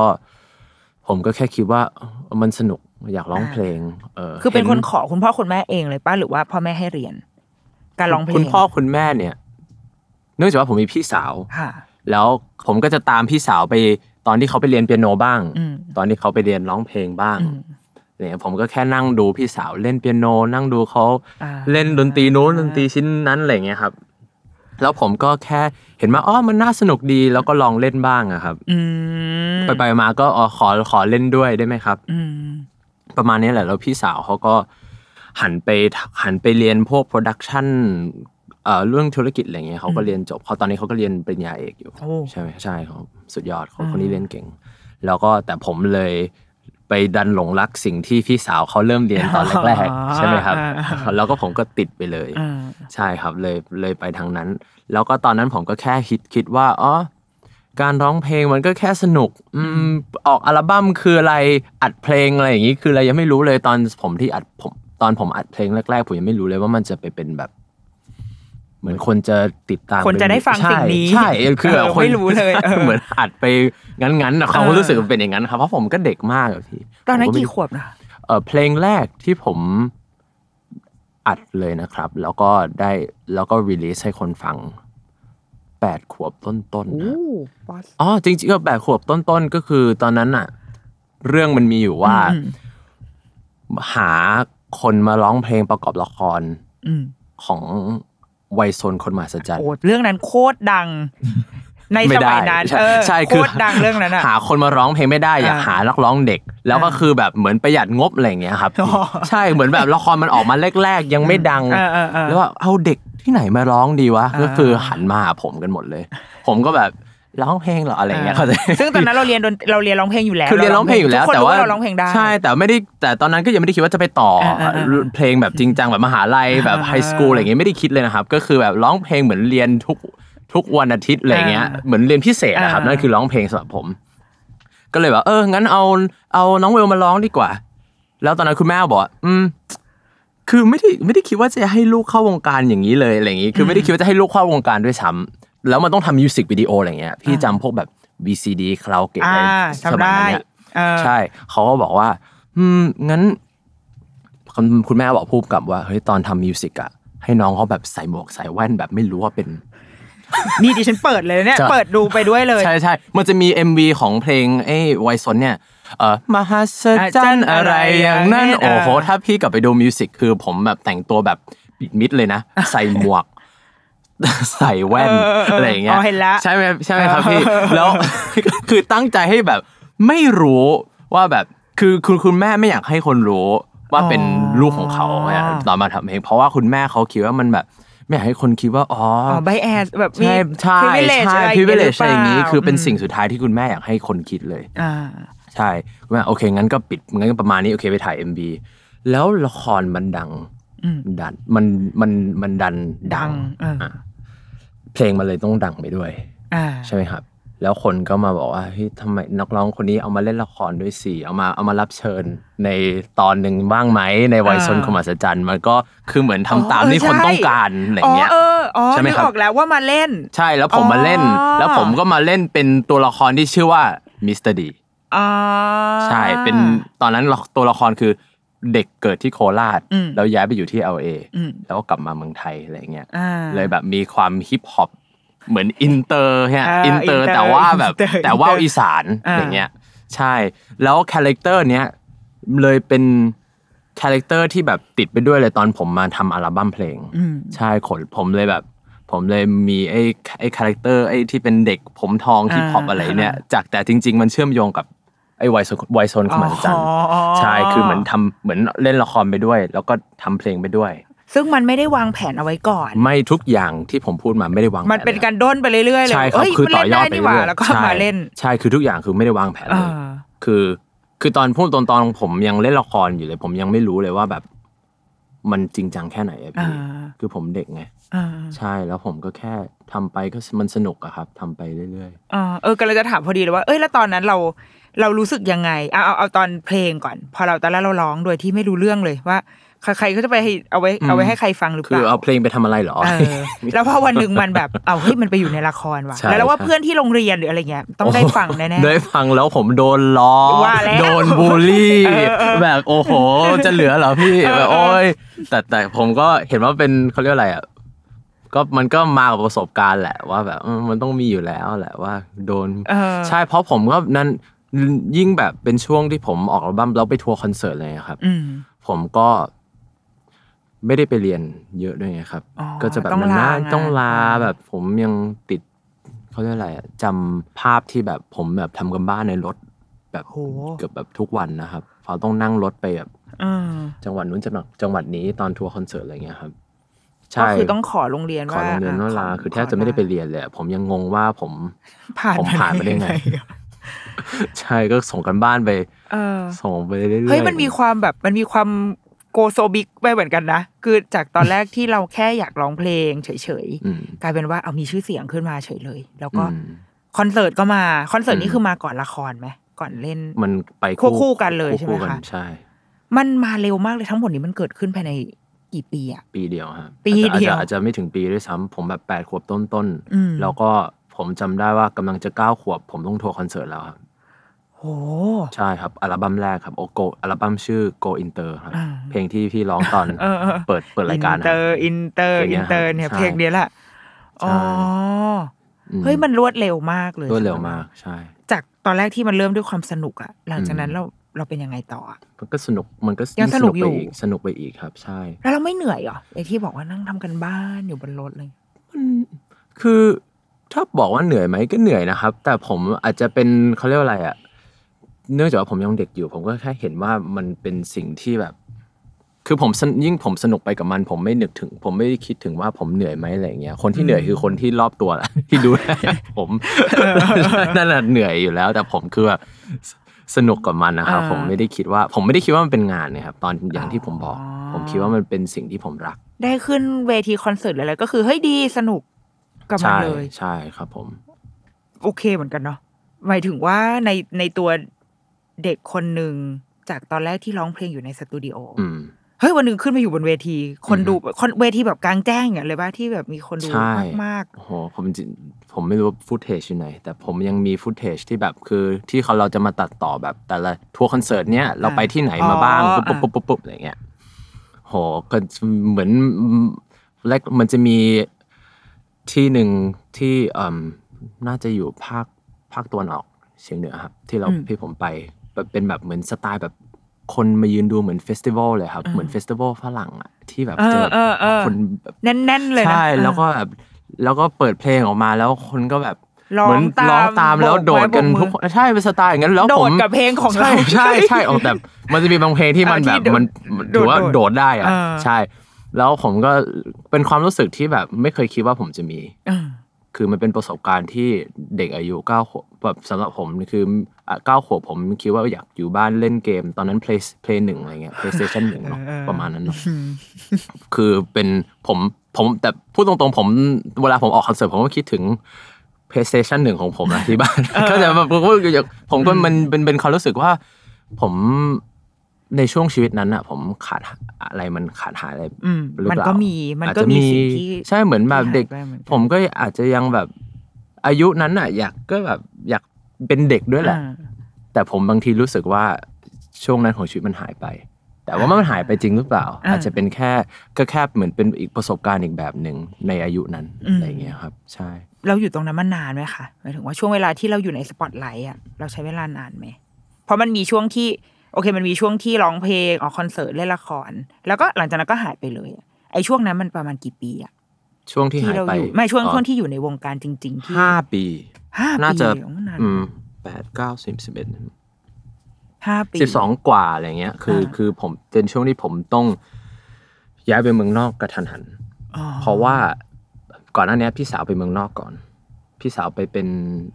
[SPEAKER 3] ผมก็แค่คิดว่าเอ่อมันสนุกอยากร้องเพลง เออ
[SPEAKER 2] คือเป็น
[SPEAKER 3] ห็
[SPEAKER 2] คนขอคุณพ่อคุณแม่เองเลยป้าหรือว่าพ่อแม่ให้เรียน การร้องเพลง
[SPEAKER 3] คุณพ่อคุณแม่เนี่ย เนื่องจากว่าผมมีพี่สาว
[SPEAKER 2] ค่ะ
[SPEAKER 3] แล้วผมก็จะตามพี่สาวไปตอนที่เขาไปเรียนเปียโนบ้าง
[SPEAKER 2] อืม
[SPEAKER 3] ตอนที่เขาไปเรียนร้องเพลงบ้าง
[SPEAKER 2] อืม
[SPEAKER 3] เนี่ยผมก็แค่นั่งดูพี่สาวเล่นเปียโน นั่งดูเขา
[SPEAKER 2] อ่า
[SPEAKER 3] เล่นดนตรีนู้นดนตรีชิ้นนั้นอะไรอย่างเงี้ยครับ แล้วผมก็แค่เห็นว่าอ๋อมันน่าสนุกดีแล้วก็ลองเล่นบ้างอะครับ
[SPEAKER 2] อืม
[SPEAKER 3] ไปไปมาก็อ๋อขอขอเล่นด้วยได้ไหมครับ
[SPEAKER 2] อืม
[SPEAKER 3] ประมาณนี้แหละแล้วพี่สาวเขาก็หันไปหันไปเรียนพวกโปรดักชันเอ่อเรื่องธุรกิจอะไรเงี้ยเขาก็เรียนจบเขาตอนนี้เขาก็เรียนปริญญาเอกอยู่
[SPEAKER 2] โอ้
[SPEAKER 3] ใช่ไหมใช่ครับสุดยอดเขา
[SPEAKER 2] อืม
[SPEAKER 3] คนนี้เรียนเก่ง แล้วก็แต่ผมเลยไปดันหลงรักสิ่งที่พี่สาวเขาเริ่มเรียนตอนแรกๆใช่ไหมครับ แล้วก็ผมก็ติดไปเลย
[SPEAKER 2] อ่า
[SPEAKER 3] ใช่ครับเลยเลยไปทางนั้น แล้วก็ตอนนั้นผมก็แค่คิดคิดว่าอ๋อการร้องเพลงมันก็แค่สนุกอืมออกอัลบั้มคืออะไรอัดเพลงอะไรอย่างนี้คืออะไรยังไม่รู้เลยตอนผมที่อัดผมตอนผมอัดเพลงแรกๆผมยังไม่รู้เลยว่ามันจะไปเป็นแบบ เหมือนคนจะติดตาม
[SPEAKER 2] คนจะได้ฟัง
[SPEAKER 3] ใช่
[SPEAKER 2] สิ่งนี้
[SPEAKER 3] ใช่คือแบบ
[SPEAKER 2] เออ
[SPEAKER 3] คน
[SPEAKER 2] ไม่รู้เลยเออ
[SPEAKER 3] เหมือนอัดไปงั้นๆนะเขา
[SPEAKER 2] เออ
[SPEAKER 3] รู้สึกเป็นอย่างนั้นครับเพราะผมก็เด็กมากอะพี่
[SPEAKER 2] ตอนนั้น
[SPEAKER 3] ผมไม่
[SPEAKER 2] กี่ขวบนะ
[SPEAKER 3] เออเพลงแรกที่ผมอัดเลยนะครับ แล้วก็ได้แล้วก็รีลิสให้คนฟังแปดขวบต้นๆ
[SPEAKER 2] โอ้
[SPEAKER 3] นะ
[SPEAKER 2] ปอส
[SPEAKER 3] อ๋อจริงๆก็แปดขวบต้นๆก็คือตอนนั้นอะเรื่องมันมีอยู่ว่า
[SPEAKER 2] อืม
[SPEAKER 3] หาคนมาร้องเพลงประกอบละคร
[SPEAKER 2] อืม
[SPEAKER 3] ของวัยโซนคนมหัศจรรย์
[SPEAKER 2] โอ้เรื่องนั้นโคตรดั ง ในส
[SPEAKER 3] ไม่ได้
[SPEAKER 2] มัยนั้น
[SPEAKER 3] ใช่
[SPEAKER 2] เออ
[SPEAKER 3] ใช่
[SPEAKER 2] โคตรดังเรื่องนั้นอ่ะ
[SPEAKER 3] หาคนมาร้องเพลงไม่ได้อยาก
[SPEAKER 2] อ่า
[SPEAKER 3] หานักร้องเด็ก แล้วก็
[SPEAKER 2] อ่า
[SPEAKER 3] คือแบบเหมือนประหยัดงบอะไรอย่างเงี้ยครับ
[SPEAKER 2] อ๋อ
[SPEAKER 3] ใช่เหมือนแบบละครมันออกมาแรกๆ ยังไม่ดัง
[SPEAKER 2] เออเออเออ
[SPEAKER 3] แล้วว่าเอาเด็กที่ไหนมาร้องดีวะ
[SPEAKER 2] อ่า
[SPEAKER 3] ก็คือหันมาหาผมกันหมดเลย ผมก็แบบร้องเพลงเหรออะไรอย่างเงี้ยเขาใจ
[SPEAKER 2] ซึ่งตอนนั้นเราเรียนดนเราเรียนร้องเพลงอยู่แล้ว
[SPEAKER 3] คือเรียนร้องเพลงอยู่แล้ว
[SPEAKER 2] ทุกคน
[SPEAKER 3] แต่
[SPEAKER 2] รู้
[SPEAKER 3] ว่า
[SPEAKER 2] เราร้องเพลงได้
[SPEAKER 3] ใช่แต่ไม่ได้แต่ตอนนั้นก็ยังไม่ได้คิดว่าจะไปต่ออา
[SPEAKER 2] อ่าอ่า
[SPEAKER 3] เพลงแบบจริงจังแบบมหาลัยแบบไฮสคูลอะไรอย่างเงี้ยไม่ได้คิดเลยนะครับ ก็คือแบบร้องเพลงเหมือนเรียนทุกทุกวันอาทิตย์อะไรอย่างเงี้ย
[SPEAKER 2] อ่า
[SPEAKER 3] เหมือนเรียนพิเศษนะครับ
[SPEAKER 2] อ่าอ่า
[SPEAKER 3] นั่นคือร้องเพลงสำหรับผม ก็เลยแบบเอองั้นเอาเอาน้องเวลมาร้องดีกว่า แล้วตอนนั้นคุณแม่บอกว่าอืม คือไม่ได้ไม่ได้คิดว่าจะให้ลูกเข้าวงการอย่างนี้เลยอะไรอย่างนี้ คือไม่ได้คิดว่าจะให้ลูกเข้าวงการด้วยซ้ำแล้วมันต้องทำมิวสิกวิดีโออะไรอย่างเงี้ยพี่จำพวกแบบ VCD คาราโอเกะอะไร
[SPEAKER 2] อ่า
[SPEAKER 3] สมัยนั้น
[SPEAKER 2] จำได้
[SPEAKER 3] เนี่ย
[SPEAKER 2] เออ
[SPEAKER 3] ใช่เขาก็บอกว่า อืมงั้นคุณคุณแม่บอกพูดกลับว่าเฮ้ยตอนทำมิวสิกอะให้น้องเขาแบบใส่หมวกใส่แว่นแบบไม่รู้ว่าเป็น
[SPEAKER 2] นี่ดิฉันเปิดเลยเนี่ย
[SPEAKER 3] จะ
[SPEAKER 2] เปิดดูไปด้วยเลย
[SPEAKER 3] ใช่ใช่มันจะมี MV ของเพลงไอ้ไวซนเนี่ยเออมหัศจรรย์อะไรอย่างนั้น
[SPEAKER 2] อ่ะ
[SPEAKER 3] โอ้โห
[SPEAKER 2] อ่ะ
[SPEAKER 3] ถ้าพี่กลับไปดูมิวสิกคือผมแบบแต่งตัวแบบปิดมิดเลยนะ ใส่หมวก ใส่แว่น
[SPEAKER 2] เออเออเออ
[SPEAKER 3] อะไรอย่างเงี้ย
[SPEAKER 2] อ๋อเห็นละ
[SPEAKER 3] ใช่ไหมใช่ไหมครับพี่ แล้ว คือตั้งใจให้แบบไม่รู้ว่าแบบคือคุณคุณแม่ไม่อยากให้คนรู้ว่าเป็น
[SPEAKER 2] อ๋อ
[SPEAKER 3] ลูกของเขาเนี่ยตอนมาทำเพลงเพราะว่าคุณแม่เขาคิดว่ามันแบบ ไม่อยากให้คนคิดว่าอ๋อ
[SPEAKER 2] อ๋อไบแอสแบบมี
[SPEAKER 3] ใช่ใช่
[SPEAKER 2] privilege อะไรอย่างเงี้ย
[SPEAKER 3] ใช่ privilege อะไรอย่างนี้
[SPEAKER 2] หปล่
[SPEAKER 3] คือเป็นสิ่งสุดท้ายที่คุณแม่อยากให้คนคิดเลย
[SPEAKER 2] อ่า
[SPEAKER 3] ใช่คุณแม่โอเค งั้นก็ปิดงั้นก็ประมาณนี้โอเคไปถ่าย MV แล้วละครมันดัง
[SPEAKER 2] อืม
[SPEAKER 3] ดันมันมันมันดันดั
[SPEAKER 2] ดั
[SPEAKER 3] ง
[SPEAKER 2] งเอออ่
[SPEAKER 3] ะเพลงมันเลยต้องดังไปด้วย
[SPEAKER 2] อ่า
[SPEAKER 3] ใช่ไหมครับ แล้วคนก็มาบอกว่าเฮ้ยทำไมนักร้องคนนี้เอามาเล่นละครด้วยสิเอามาเอามารับเชิญในตอนหนึ่งบ้างไหมในวัยซน
[SPEAKER 2] อ่า
[SPEAKER 3] ขมหัศจรรย์มันก็คือเหมือนทำตาม
[SPEAKER 2] อ๋อเออ
[SPEAKER 3] ที่คนต้องการ
[SPEAKER 2] ใช่
[SPEAKER 3] อะไรอย่างเงี้ย
[SPEAKER 2] อ๋อเอออ๋อ
[SPEAKER 3] ใช่ไหม
[SPEAKER 2] นึก
[SPEAKER 3] ครับ
[SPEAKER 2] ออกแล้วว่ามาเล่น
[SPEAKER 3] ใช่แล้วผมมาเล่น
[SPEAKER 2] อ๋อ
[SPEAKER 3] แล้วผมก็มาเล่นเป็นตัวละครที่ชื่อว่ามิสเตอร์ดี
[SPEAKER 2] อ่า
[SPEAKER 3] ใช่เป็นตอนนั้นละตัวละครคือเด็กเกิดที่โคราช
[SPEAKER 2] อืม
[SPEAKER 3] แล้วย้ายไปอยู่ที่ LA
[SPEAKER 2] อืม
[SPEAKER 3] แล้วก็กลับมาเมืองไทยอะไรเงี้ย
[SPEAKER 2] อ่า
[SPEAKER 3] เลยแบบมีความฮิปฮอปเหมือนอินเตอร์ฮะ
[SPEAKER 2] อ่า
[SPEAKER 3] อินเตอร์
[SPEAKER 2] อินเตอร์
[SPEAKER 3] แต่ว่าแบบ
[SPEAKER 2] อินเตอร์
[SPEAKER 3] แต่ว่าอีสาน
[SPEAKER 2] อ่า
[SPEAKER 3] อย่างเงี้ยใช่แล้วคาแรคเตอร์เนี้ยเลยเป็นคาแรคเตอร์ที่แบบติดไปด้วยเลยตอนผมมาทำอัลบั้มเพลง
[SPEAKER 2] อืม
[SPEAKER 3] ใช่ขนผมเลยแบบ ผมเลยมีไอ้ไอ้คาแรคเตอร์ไอ้ที่เป็นเด็กผมทองที่พอป
[SPEAKER 2] อ่า
[SPEAKER 3] อะไรเนี่ย
[SPEAKER 2] อ่า
[SPEAKER 3] จากแต่จริง ๆ มันเชื่อมโยงกับไอ้ไวโซนไวโซนขมันจันทร์
[SPEAKER 2] อ๋อ
[SPEAKER 3] ใช่คือเหมือนทำเหมือนเล่นละครไปด้วย แล้วก็ทำเพลงไปด้วย
[SPEAKER 2] ซึ่งมันไม่ได้วางแผนเอาไว้ก่อน
[SPEAKER 3] ไม่ทุกอย่างที่ผมพูดมาไม่ได้วางแผ
[SPEAKER 2] มันเป็นการด้นไปเรื่อยๆเลย
[SPEAKER 3] ใช่ครับ
[SPEAKER 2] เฮ้ย
[SPEAKER 3] คือ
[SPEAKER 2] มัน
[SPEAKER 3] ต่
[SPEAKER 2] เล่
[SPEAKER 3] อน ย
[SPEAKER 2] ได้
[SPEAKER 3] อดไป
[SPEAKER 2] นี่ห
[SPEAKER 3] เรื่
[SPEAKER 2] ว่า
[SPEAKER 3] อย
[SPEAKER 2] แล้วก็
[SPEAKER 3] ใช่
[SPEAKER 2] มาเล่น
[SPEAKER 3] ใช่คือทุกอย่างคือไม่ได้วางแผนเลย
[SPEAKER 2] อ่า
[SPEAKER 3] คือ คือตอนพูดตอนตอนผมยังเล่นละครอยู่เลย ผมยังไม่รู้เลยว่าแบบ มันจริงจังแค่ไหนอะ
[SPEAKER 2] อ่า
[SPEAKER 3] พี่คือผมเด็กไง
[SPEAKER 2] อ่า
[SPEAKER 3] ใช่แล้วผมก็แค่ทำไปก็มันสนุกอะครับทำไปเรื่อย
[SPEAKER 2] อ่าเออกำลังจะถามพอดีเลยว่าเอ้ยแล้วตอนนั้นเราเรารู้สึกยังไงเอาเอาเอาตอนเพลงก่อน พอเราตอนแรกเราร้องโดยที่ไม่รู้เรื่องเลยว่าใครใครเขาจะไปให้เอาไว้เอาไว้ให้ใครฟังหรือ
[SPEAKER 3] ๆ
[SPEAKER 2] เป
[SPEAKER 3] คือ
[SPEAKER 2] ล่า
[SPEAKER 3] เอาเพลงไปทำอะไรเหรอ
[SPEAKER 2] เออแล้วพอวันหนึ่งมันแบบ เอาเฮ้ยมันไปอยู่ในละครว่ะ
[SPEAKER 3] ใช่
[SPEAKER 2] แล้วเราว่า
[SPEAKER 3] ใช่
[SPEAKER 2] เพื่อนที่โรงเรียนหรืออะไรเงี้ยต้องได้ฟังแน่
[SPEAKER 3] ได้ฟังแล้วผมโดนล้อ
[SPEAKER 2] ว่าแล้ว
[SPEAKER 3] โดนบูลลี่
[SPEAKER 2] เออเออ
[SPEAKER 3] แบบโอ้โห จะเหลือเหรอพี่
[SPEAKER 2] เออเออ
[SPEAKER 3] แบบโอ้ยแต่แต่ผมก็เห็นว่าเป็นเขาเรียกอะไรอะก็มันก็มากับประสบการณ์แหละว่าแบบเออมันต้องมีอยู่แล้วแหละว่า โดน
[SPEAKER 2] ๆเออ
[SPEAKER 3] ใช่เพราะผมก็นั้นยิ่งแบบเป็นช่วงที่ผมออกอัลบั้มแล้วไปทัวร์คอนเสิร์ตเลยอะครับ
[SPEAKER 2] อืม
[SPEAKER 3] ผมก็ไม่ได้ไปเรียนเยอะด้วยไงครับ
[SPEAKER 2] อ๋อ
[SPEAKER 3] ก็จะแบบ
[SPEAKER 2] ต้อง
[SPEAKER 3] มันน่า
[SPEAKER 2] ลางาน
[SPEAKER 3] ต้องลา
[SPEAKER 2] อ่า
[SPEAKER 3] แบบผมยังติดเขาเรียกอะไรอะจำภาพที่แบบผมแบบทำกันบ้านในรถ แบบ
[SPEAKER 2] โห
[SPEAKER 3] เกือบแบบทุกวันนะครับเพราะต้องนั่งรถไปแบบ
[SPEAKER 2] เออ
[SPEAKER 3] จังหวัดนู้นจังหวัดจังหวัดนี้ตอนทัวร์คอนเสิร์ตอะไรเงี้ยครับ
[SPEAKER 2] ก็
[SPEAKER 3] ใช่
[SPEAKER 2] คือต้องขอโรงเรียน
[SPEAKER 3] ขอ
[SPEAKER 2] ว่า
[SPEAKER 3] โรงเรียนว่าลาคือแทบจะไม่ได้ไปเรียนเลยอะผมยังงงว่าผม
[SPEAKER 2] ผ่าน
[SPEAKER 3] ผมผ่านมาได้ไง ใช่ก็ส่งกันบ้านไป
[SPEAKER 2] เออ
[SPEAKER 3] ส่งไปเรื่อยๆ
[SPEAKER 2] เฮ้ยมันมีความแบบมันมีความโกโซบิกไปเหมือนกันนะ คือจากตอนแรกที่เราแค่อยากร้องเพลงเฉย
[SPEAKER 3] อืม
[SPEAKER 2] ๆ กลายเป็นว่าเอามีชื่อเสียงขึ้นมาเฉยเลย แล้ว
[SPEAKER 3] อื
[SPEAKER 2] ก็
[SPEAKER 3] ม
[SPEAKER 2] คอนเสิร์ตก็มา คอนเสิร์ตนี่
[SPEAKER 3] อืม
[SPEAKER 2] คือมาก่อนละครไหมก่อนเล่น
[SPEAKER 3] มันไป
[SPEAKER 2] ควบคู่กันเลยใช่ไหม
[SPEAKER 3] วบกัน
[SPEAKER 2] คะ
[SPEAKER 3] ใช่
[SPEAKER 2] มันมาเร็วมากเลยทั้งหมดนี้มันเกิดขึ้นภายในกี่ปีอะ
[SPEAKER 3] ปีเดียวฮะ
[SPEAKER 2] ปีเดียว
[SPEAKER 3] อาจจะอาจจะอาจจะไม่ถึงปีด้วยซ้ำผมแบบแปดขวบต้น
[SPEAKER 2] อืม
[SPEAKER 3] ๆแล้วก็ผมจำได้ว่ากำลังจะเก้าขวบ ผมต้องทัวร์คอนเสิร์ตแล้วครับ
[SPEAKER 2] โห
[SPEAKER 3] ใช่ครับอัลบั้มแรกครับโอโกอัลบั้มชื่อ Go Inter ครับ
[SPEAKER 2] อ่า
[SPEAKER 3] เพลงที่พี่ร้องตอน
[SPEAKER 2] เออเออ
[SPEAKER 3] เปิดเปิดรายการ
[SPEAKER 2] อิน
[SPEAKER 3] นะค
[SPEAKER 2] เตอ
[SPEAKER 3] รับ
[SPEAKER 2] ร์อินเตอร์
[SPEAKER 3] เพลง
[SPEAKER 2] อิ
[SPEAKER 3] เนี้
[SPEAKER 2] น
[SPEAKER 3] ย
[SPEAKER 2] เตอร์เนี่ย
[SPEAKER 3] ใช่
[SPEAKER 2] เพลงเนี้ยแหละอ๋อ
[SPEAKER 3] อืม
[SPEAKER 2] เฮ้ยมันรวดเร็วมากเลย
[SPEAKER 3] รวดเร็วมากใช่
[SPEAKER 2] จากตอนแรกที่มันเริ่มด้วยความสนุกอะหลังจากนั้น
[SPEAKER 3] อืม
[SPEAKER 2] เราเราเป็นยังไงต่ออะ
[SPEAKER 3] มันก็สนุกมันก็
[SPEAKER 2] ยังสนุกอยู่
[SPEAKER 3] ไปอีกสนุกไปอีกครับ ใช่
[SPEAKER 2] แล้วเราไม่เหนื่อยเหรอไอที่บอกว่านั่งทำกันบ้านอยู่บนรถเลย
[SPEAKER 3] คือถ้าบอกว่าเหนื่อยไหมก็เหนื่อยนะครับ แต่ผมอาจจะเป็นเขาเรียกว่าอะไรอะ่ะเนื่องจากว่าผมยังเด็กอยู่ ผมก็แค่เห็นว่ามันเป็นสิ่งที่แบบ คือผมสนยิ่งผมสนุกไปกับมัน ผมไม่นึกถึง ผมไม่ได้คิดถึงว่าผมเหนื่อยไหมอะไรอย่างเงี้ยคนที่เหนื่อยคือคนที่รอบตัวแหละ ที่ดูแล ผมนั่นแหละเหนื่อยอยู่แล้ว แต่ผมคือแบบสสนุกกับมันนะครับ
[SPEAKER 2] อ่า
[SPEAKER 3] ผมไม่ได้คิดว่า ผมไม่ได้คิดว่ามันเป็นงานนะครับตอนอย่างที่ผมบอก ผมคิดว่ามันเป็นสิ่งที่ผมรัก
[SPEAKER 2] ได้ขึ้นเวทีคอนเสิร์ตอะไรก็คือเฮ้ยดีสนุกกับมัน
[SPEAKER 3] ใช่
[SPEAKER 2] เลย
[SPEAKER 3] ใช่ครับ ผม
[SPEAKER 2] โอเคเหมือนกันเนาะหมายถึงว่าในในตัวเด็กคนหนึ่งจากตอนแรกที่ร้องเพลงอยู่ในสตูดิโออ
[SPEAKER 3] อืม
[SPEAKER 2] เฮ้ยวันหนึ่งขึ้นมาอยู่บนเวที คน
[SPEAKER 3] อือฮึ
[SPEAKER 2] ดูคนเวทีแบบกลางแจ้งอย่างเลยป่ะที่แบบมีคนดู
[SPEAKER 3] ใช่
[SPEAKER 2] มาก
[SPEAKER 3] โอ้โหผมจิผ ผมไม่รู้ว่าฟุตเทจอยู่ไหน แต่ผมยังมีฟุตเทจที่แบบคือที่เขาเราจะมาตัดต่อแบบแต่ละทัวร์คอนเสิร์ตเนี้ยเราไปที่ไหนมาบ้าง
[SPEAKER 2] อ๋อ
[SPEAKER 3] ปุ๊บปุ๊บปุ๊บปุ๊บปุ๊บอะไรเงี้ยโหก็เหมือนแรกมันจะมีที่หนึ่งที่เอิ่มน่าจะอยู่ภาคภาคตะวันออกเฉียงเหนือครับ ที่เรา
[SPEAKER 2] อืม
[SPEAKER 3] พี่ผมไปแบบเป็นแบบเหมือนสไตล์แบบคนมายืนดูเหมือนเฟสติวัลเลยครับเหมือนเฟสติวัลฝรั่งอะที่แบบ
[SPEAKER 2] เอ
[SPEAKER 3] เจ
[SPEAKER 2] อ
[SPEAKER 3] อ
[SPEAKER 2] เออเออ
[SPEAKER 3] คนแบบ
[SPEAKER 2] แน่นๆเลยนะ
[SPEAKER 3] ใช่แล้ว
[SPEAKER 2] เ
[SPEAKER 3] ก็แบบแล้วก็เปิดเพลงออกมาแล้วคนก็แบบ
[SPEAKER 2] ร้อง
[SPEAKER 3] เหมืน
[SPEAKER 2] ตาม
[SPEAKER 3] ร้องตามแล้วโดดกัน
[SPEAKER 2] โบกไม้โบกมือ
[SPEAKER 3] ทุกคนใช่เป็นสไตล์อย่างนั้นแล้ว
[SPEAKER 2] โดด
[SPEAKER 3] ผม
[SPEAKER 2] กับเพลงของเรา
[SPEAKER 3] ใช่ใช่ ใช่ออกแต่มันจะมีบางเพลงที่มัน
[SPEAKER 2] เออที่
[SPEAKER 3] แบบ
[SPEAKER 2] โดด
[SPEAKER 3] มันถือว่า
[SPEAKER 2] โด
[SPEAKER 3] โด
[SPEAKER 2] ด
[SPEAKER 3] ดได้อะ
[SPEAKER 2] เออ
[SPEAKER 3] ใช่ แล้วผมก็เป็นความรู้สึกที่แบบไม่เคยคิดว่าผมจะมี
[SPEAKER 2] ออ
[SPEAKER 3] คือมันเป็นประสบการณ์ที่เด็กอายุเก้าขวบแบบสำหรับผมคืออ่ะเก้าขวบผมคิดว่าอยากอยู่บ้านเล่นเกม ตอนนั้น play play หนึ่งอะไรเงี้ย PlayStation หนึ่งเนาะ
[SPEAKER 2] เออ
[SPEAKER 3] ประมาณนั้นเนาะคือเป็นผมผมแต่พูดตรงๆ ผมเวลาผมออกคอนเสิร์ตผมก็คิดถึง PlayStation หนึ่งของผมนะที่บ้านก็แต่แบบผมก็อยากผมก็มันเป็นเป็นความรู้สึกว่า ผมในช่วงชีวิตนั้นอะผมขาดอะไรมันขาดหายอะไร
[SPEAKER 2] อืม
[SPEAKER 3] หรือ
[SPEAKER 2] มัน
[SPEAKER 3] เปล่า
[SPEAKER 2] ก็มีมัน
[SPEAKER 3] อาจ
[SPEAKER 2] ก็
[SPEAKER 3] จะ
[SPEAKER 2] มีสิ่งที่
[SPEAKER 3] ใช่เหมือนแบบเด็ก
[SPEAKER 2] ที่หายไปเหมือนกัน
[SPEAKER 3] ผมก็อาจจะยังแบบอายุนั้นอ่ะ อยากก็แบบอยากเป็นเด็กด้วยแหละ
[SPEAKER 2] อ่า
[SPEAKER 3] แต่ผมบางทีรู้สึกว่าช่วงนั้นของชีวิตมันหายไป แต่ว่ามันหายไปจริงหรือเปล่า
[SPEAKER 2] อ่า
[SPEAKER 3] อาจจะเป็นแค่ก็แค่เหมือนเป็นอีกประสบการณ์อีกแบบหนึ่งในอายุนั้น
[SPEAKER 2] อืม
[SPEAKER 3] อะไรอย่างเงี้ยครับ ใช่
[SPEAKER 2] เราอยู่ตรงนั้นมานานไหมคะหมายถึงว่าช่วงเวลาที่เราอยู่ในสปอตไลท์อ่ะเราใช้เวลานานไหมเพราะมันมีช่วงที่ โอเค มันมีช่วงที่ร้องเพลงออกคอนเสิร์ตเล่นละคร แล้วก็หลังจากนั้นก็หายไปเลยอะไอ้ช่วงนั้นมันประมาณกี่ปีอ่ะ
[SPEAKER 3] ช่วงที่หาย
[SPEAKER 2] เรา
[SPEAKER 3] ไป
[SPEAKER 2] อยู่ไม่ช่วง
[SPEAKER 3] อ๋อ
[SPEAKER 2] ช่วงที่อยู่ในวงการจริง ๆ ที่
[SPEAKER 3] ห้าปี
[SPEAKER 2] ห้าปี
[SPEAKER 3] น่าจะ
[SPEAKER 2] โอ้นาน
[SPEAKER 3] อืมแปดเก้าสิบสิบเอ็ด
[SPEAKER 2] ห้าปี
[SPEAKER 3] สิบสองกว่าอะไรเงี้ย คือ
[SPEAKER 2] อ่า
[SPEAKER 3] คือผมเป็นช่วงที่ผมต้องย้ายไปเมืองนอกกระทันหัน
[SPEAKER 2] อ๋อ
[SPEAKER 3] เพราะว่าก่อนหน้านี้พี่สาวไปเมืองนอกก่อน พี่สาวไปเป็น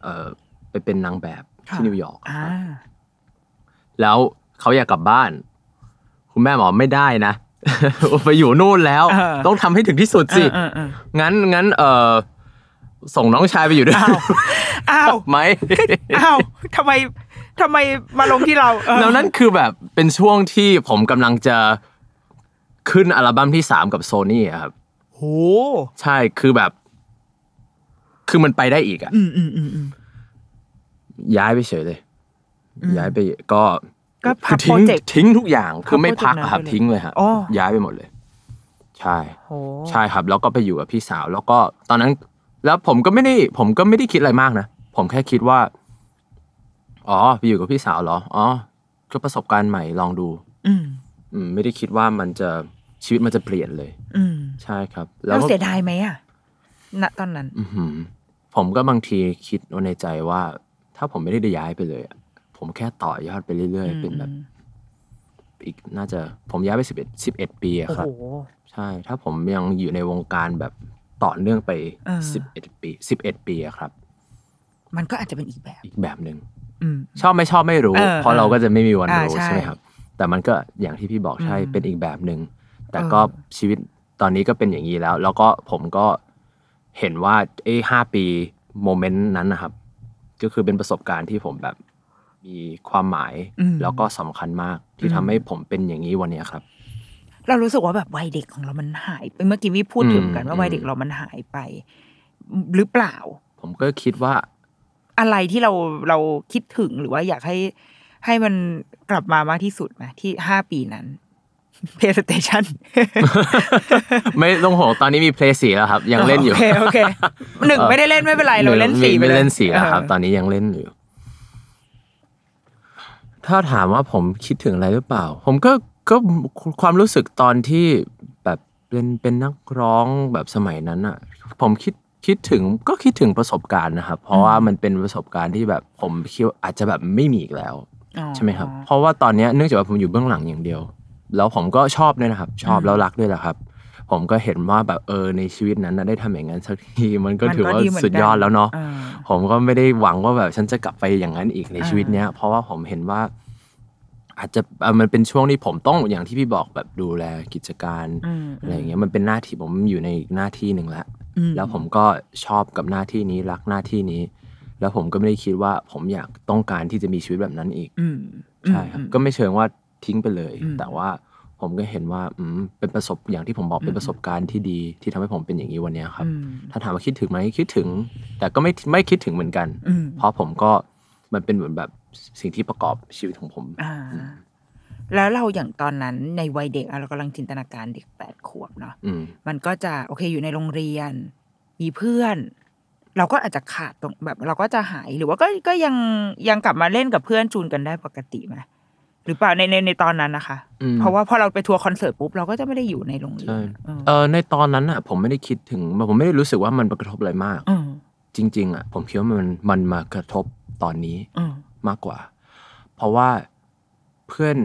[SPEAKER 3] เอ่อไปเป็นนางแบบที่นิวยอร์ก
[SPEAKER 2] อ่า
[SPEAKER 3] แล้วเขาอยากกลับบ้าน คุณแม่บอกไม่ได้นะ ไปอยู่นู่นแล้ว
[SPEAKER 2] เออ
[SPEAKER 3] ต้องทำให้ถึงที่สุดสิ
[SPEAKER 2] เออเออเออ
[SPEAKER 3] งั้นงั้นเออส่งน้องชายไปอยู่ด้วย
[SPEAKER 2] อ้าวอ้าว
[SPEAKER 3] ไหม
[SPEAKER 2] อ้าวทำไมทำไมมาลงที่เราเออ
[SPEAKER 3] แล้วนั่นคือแบบเป็นช่วงที่ผมกำลังจะขึ้นอัลบั้มที่สามกับโซนี่ครับ
[SPEAKER 2] โห
[SPEAKER 3] ใช่คือแบบ คือมันไปได้อีกอะ
[SPEAKER 2] อืมอืมอืมอืม
[SPEAKER 3] ย้ายไปเฉยเลย
[SPEAKER 2] อืม
[SPEAKER 3] ย้ายไปก็
[SPEAKER 2] ก็พับ
[SPEAKER 3] คือทิ้ง
[SPEAKER 2] project
[SPEAKER 3] ทิ้งทุกอย่าง
[SPEAKER 2] พับ
[SPEAKER 3] คือไม่
[SPEAKER 2] project
[SPEAKER 3] พักอะครับ
[SPEAKER 2] นั้นไปเลย
[SPEAKER 3] ทิ้งเลยครับ
[SPEAKER 2] อ๋อ
[SPEAKER 3] ย้ายไปหมดเลย ใช่
[SPEAKER 2] โห
[SPEAKER 3] ใช่ครับ แล้วก็ไปอยู่กับพี่สาว แล้วก็ตอนนั้น แล้วผมก็ไม่ได้ ผมก็ไม่ได้คิดอะไรมากนะ ผมแค่คิดว่า อ๋อไปอยู่กับพี่สาวเหรออ๋อก็ประสบการณ์ใหม่ลองดู
[SPEAKER 2] อืม
[SPEAKER 3] อืมไม่ได้คิดว่ามันจะชีวิตมันจะเปลี่ยนเลย
[SPEAKER 2] อืม
[SPEAKER 3] ใช่ครับ
[SPEAKER 2] เรา
[SPEAKER 3] ก็
[SPEAKER 2] เสียดายไหมอะณตอนนั้น
[SPEAKER 3] อื้อหือผมก็บางทีคิดในใจว่า ถ้าผมไม่ได้ย้ายไปเลยอะผมแค่ต่อยอดไปเรื่อยๆ เป็นแบบอีกน่าจะผมย้ายไปสิบเอ็ดสิบเอ็ดปีอะ
[SPEAKER 2] โอ้
[SPEAKER 3] ครับ
[SPEAKER 2] โห
[SPEAKER 3] ใช่ ถ้าผมยังอยู่ในวงการแบบต่อเนื่องไป
[SPEAKER 2] เออ
[SPEAKER 3] สิบเอ็ดปีสิบเอ็ดปีอะครับ
[SPEAKER 2] มันก็อาจจะเป็นอีกแบบ
[SPEAKER 3] อีกแบบหนึ่ง
[SPEAKER 2] อืม
[SPEAKER 3] ชอบไม่ชอบไม่รู้
[SPEAKER 2] เออ
[SPEAKER 3] เพราะเราก็จะไม่มีวัน
[SPEAKER 2] อ่า
[SPEAKER 3] รู้
[SPEAKER 2] ใช่
[SPEAKER 3] ใช่ไหมครับ แต่มันก็อย่างที่พี่บอกใช่
[SPEAKER 2] อืม
[SPEAKER 3] เป็นอีกแบบหนึ่งแต่
[SPEAKER 2] เออ
[SPEAKER 3] ก็ชีวิตตอนนี้ก็เป็นอย่างนี้แล้ว แล้วก็ผมก็เห็นว่าไอ้ห้าปีโมเมนต์นั้นนะครับ ก็คือเป็นประสบการณ์ที่ผมแบบมีความหมาย
[SPEAKER 2] อืม
[SPEAKER 3] แล้วก็สำคัญมากที่ทำให้ผมเป็นอย่างนี้วันเนี้ยครับ
[SPEAKER 2] เรารู้สึกว่าแบบวัยเด็กของเรามันหายไปเมื่อกี้วิพูดถึง
[SPEAKER 3] อืม
[SPEAKER 2] กัน
[SPEAKER 3] อื
[SPEAKER 2] ว่าม วัยเด็กเรามันหายไป หรือเปล่า
[SPEAKER 3] ผมก็คิดว่า
[SPEAKER 2] อะไรที่เราเราคิดถึงหรือว่าอยากให้ให้มันกลับมามากที่สุดไหมที่ห้าปีนั้น PlayStation
[SPEAKER 3] ไม่ต้องห่วงตอนนี้มีเพลย์สีแล้วครับ ยังเล่นอยู่
[SPEAKER 2] โอเคโอเคหนึ่งไม่ได้เล่นไม่เป็นไรเราเล่นสี่ป
[SPEAKER 3] ไม่
[SPEAKER 2] ย
[SPEAKER 3] ไม่เล่นสี่แล้วครับ
[SPEAKER 2] เออ
[SPEAKER 3] ตอนนี้ยังเล่นอยู่ ถ้าถามว่าผมคิดถึงอะไรหรือเปล่า ผมก็ก็ความรู้สึกตอนที่แบบเป็นเป็นนักร้องแบบสมัยนั้นอ่ะ ผมคิดคิดถึงก็คิดถึงประสบการณ์นะครับ เพราะว่ามันเป็นประสบการณ์ที่แบบผมคิดว่าอาจจะแบบไม่มีอีกแล้ว
[SPEAKER 2] อ๋อ
[SPEAKER 3] ใช่ไหมครับ เพราะว่าตอนเนี้ยเนื่องจากว่าผมอยู่เบื้องหลังอย่างเดียว แล้วผมก็ชอบด้วยนะครับ ชอบแล้วรักด้วยแหละครับ ผมก็เห็นว่าแบบเออในชีวิตนั้นน่ะได้ทำอย่างนั้นสักที มันก็
[SPEAKER 2] มัน
[SPEAKER 3] ถือว่า
[SPEAKER 2] ดีเหมืน
[SPEAKER 3] สุด
[SPEAKER 2] กัน
[SPEAKER 3] ยอดแล้วเนาะ
[SPEAKER 2] ออ
[SPEAKER 3] ผมก็ไม่ได้หวังว่าแบบฉันจะกลับไปอย่างนั้นอีกใน
[SPEAKER 2] อ่า
[SPEAKER 3] ชีวิตเนี้ย เพราะว่าผมเห็นว่า อาจจะเอ่อมันเป็นช่วงที่ผมต้องอย่างที่พี่บอกแบบดูแลกิจการ
[SPEAKER 2] อืม
[SPEAKER 3] อะไรอย่างเงี้ยมันเป็นหน้าที่ผมอยู่ในอีกหน้าที่หนึ่งละ
[SPEAKER 2] อื
[SPEAKER 3] แล้วผมก็ชอบกับหน้าที่นี้รักหน้าที่นี้ แล้วผมก็ไม่ได้คิดว่าผมอยากต้องการที่จะมีชีวิตแบบนั้นอีก
[SPEAKER 2] อืม
[SPEAKER 3] ใช่ครับก็ไม่เชิงว่าทิ้งไปเลย
[SPEAKER 2] อืม
[SPEAKER 3] แต่ว่า ผมก็เห็นว่าอืมเป็นประสบอย่างที่ผมบอกเป็นประสบการณ์ที่ดีที่ทำให้ผมเป็นอย่างนี้วันเนี้ยครับ
[SPEAKER 2] อืม
[SPEAKER 3] ถ้าถามว่าคิดถึงไหมคิดถึง แต่ก็ไม่ไม่คิดถึงเหมือนกัน
[SPEAKER 2] อืม
[SPEAKER 3] เพราะผมก็มันเป็นเหมือนแบบสิ่งที่ประกอบชีวิตของผม
[SPEAKER 2] อ่า แล้วเราอย่างตอนนั้นในวัยเด็กอะเรากำลังจินตนาการเด็กแปดขวบเนาะ
[SPEAKER 3] อืม
[SPEAKER 2] มันก็จะโอเคอยู่ในโรงเรียน มีเพื่อน เราก็อาจจะขาดตรงแบบ เราก็จะหายหรือว่าก็ก็ยังยังกลับมาเล่นกับเพื่อนจูนกันได้ปกติไหมหรือเปล่าในในในตอนนั้นนะคะ
[SPEAKER 3] อืม
[SPEAKER 2] เพราะว่าพอเราไปทัวร์คอนเสิร์ตปุ๊บเราก็จะไม่ได้อยู่ในโรงเรียน
[SPEAKER 3] ใช่
[SPEAKER 2] อืม
[SPEAKER 3] เออในตอนนั้นอ่ะ ผมไม่ได้คิดถึงผมไม่ได้รู้สึกว่ามันกระทบอะไรมาก
[SPEAKER 2] อืม
[SPEAKER 3] จริง ๆ อ่ะ ผมคิดว่ามันมันมากระทบตอนนี้
[SPEAKER 2] อืม
[SPEAKER 3] มากกว่า เพราะว่าเพื่อน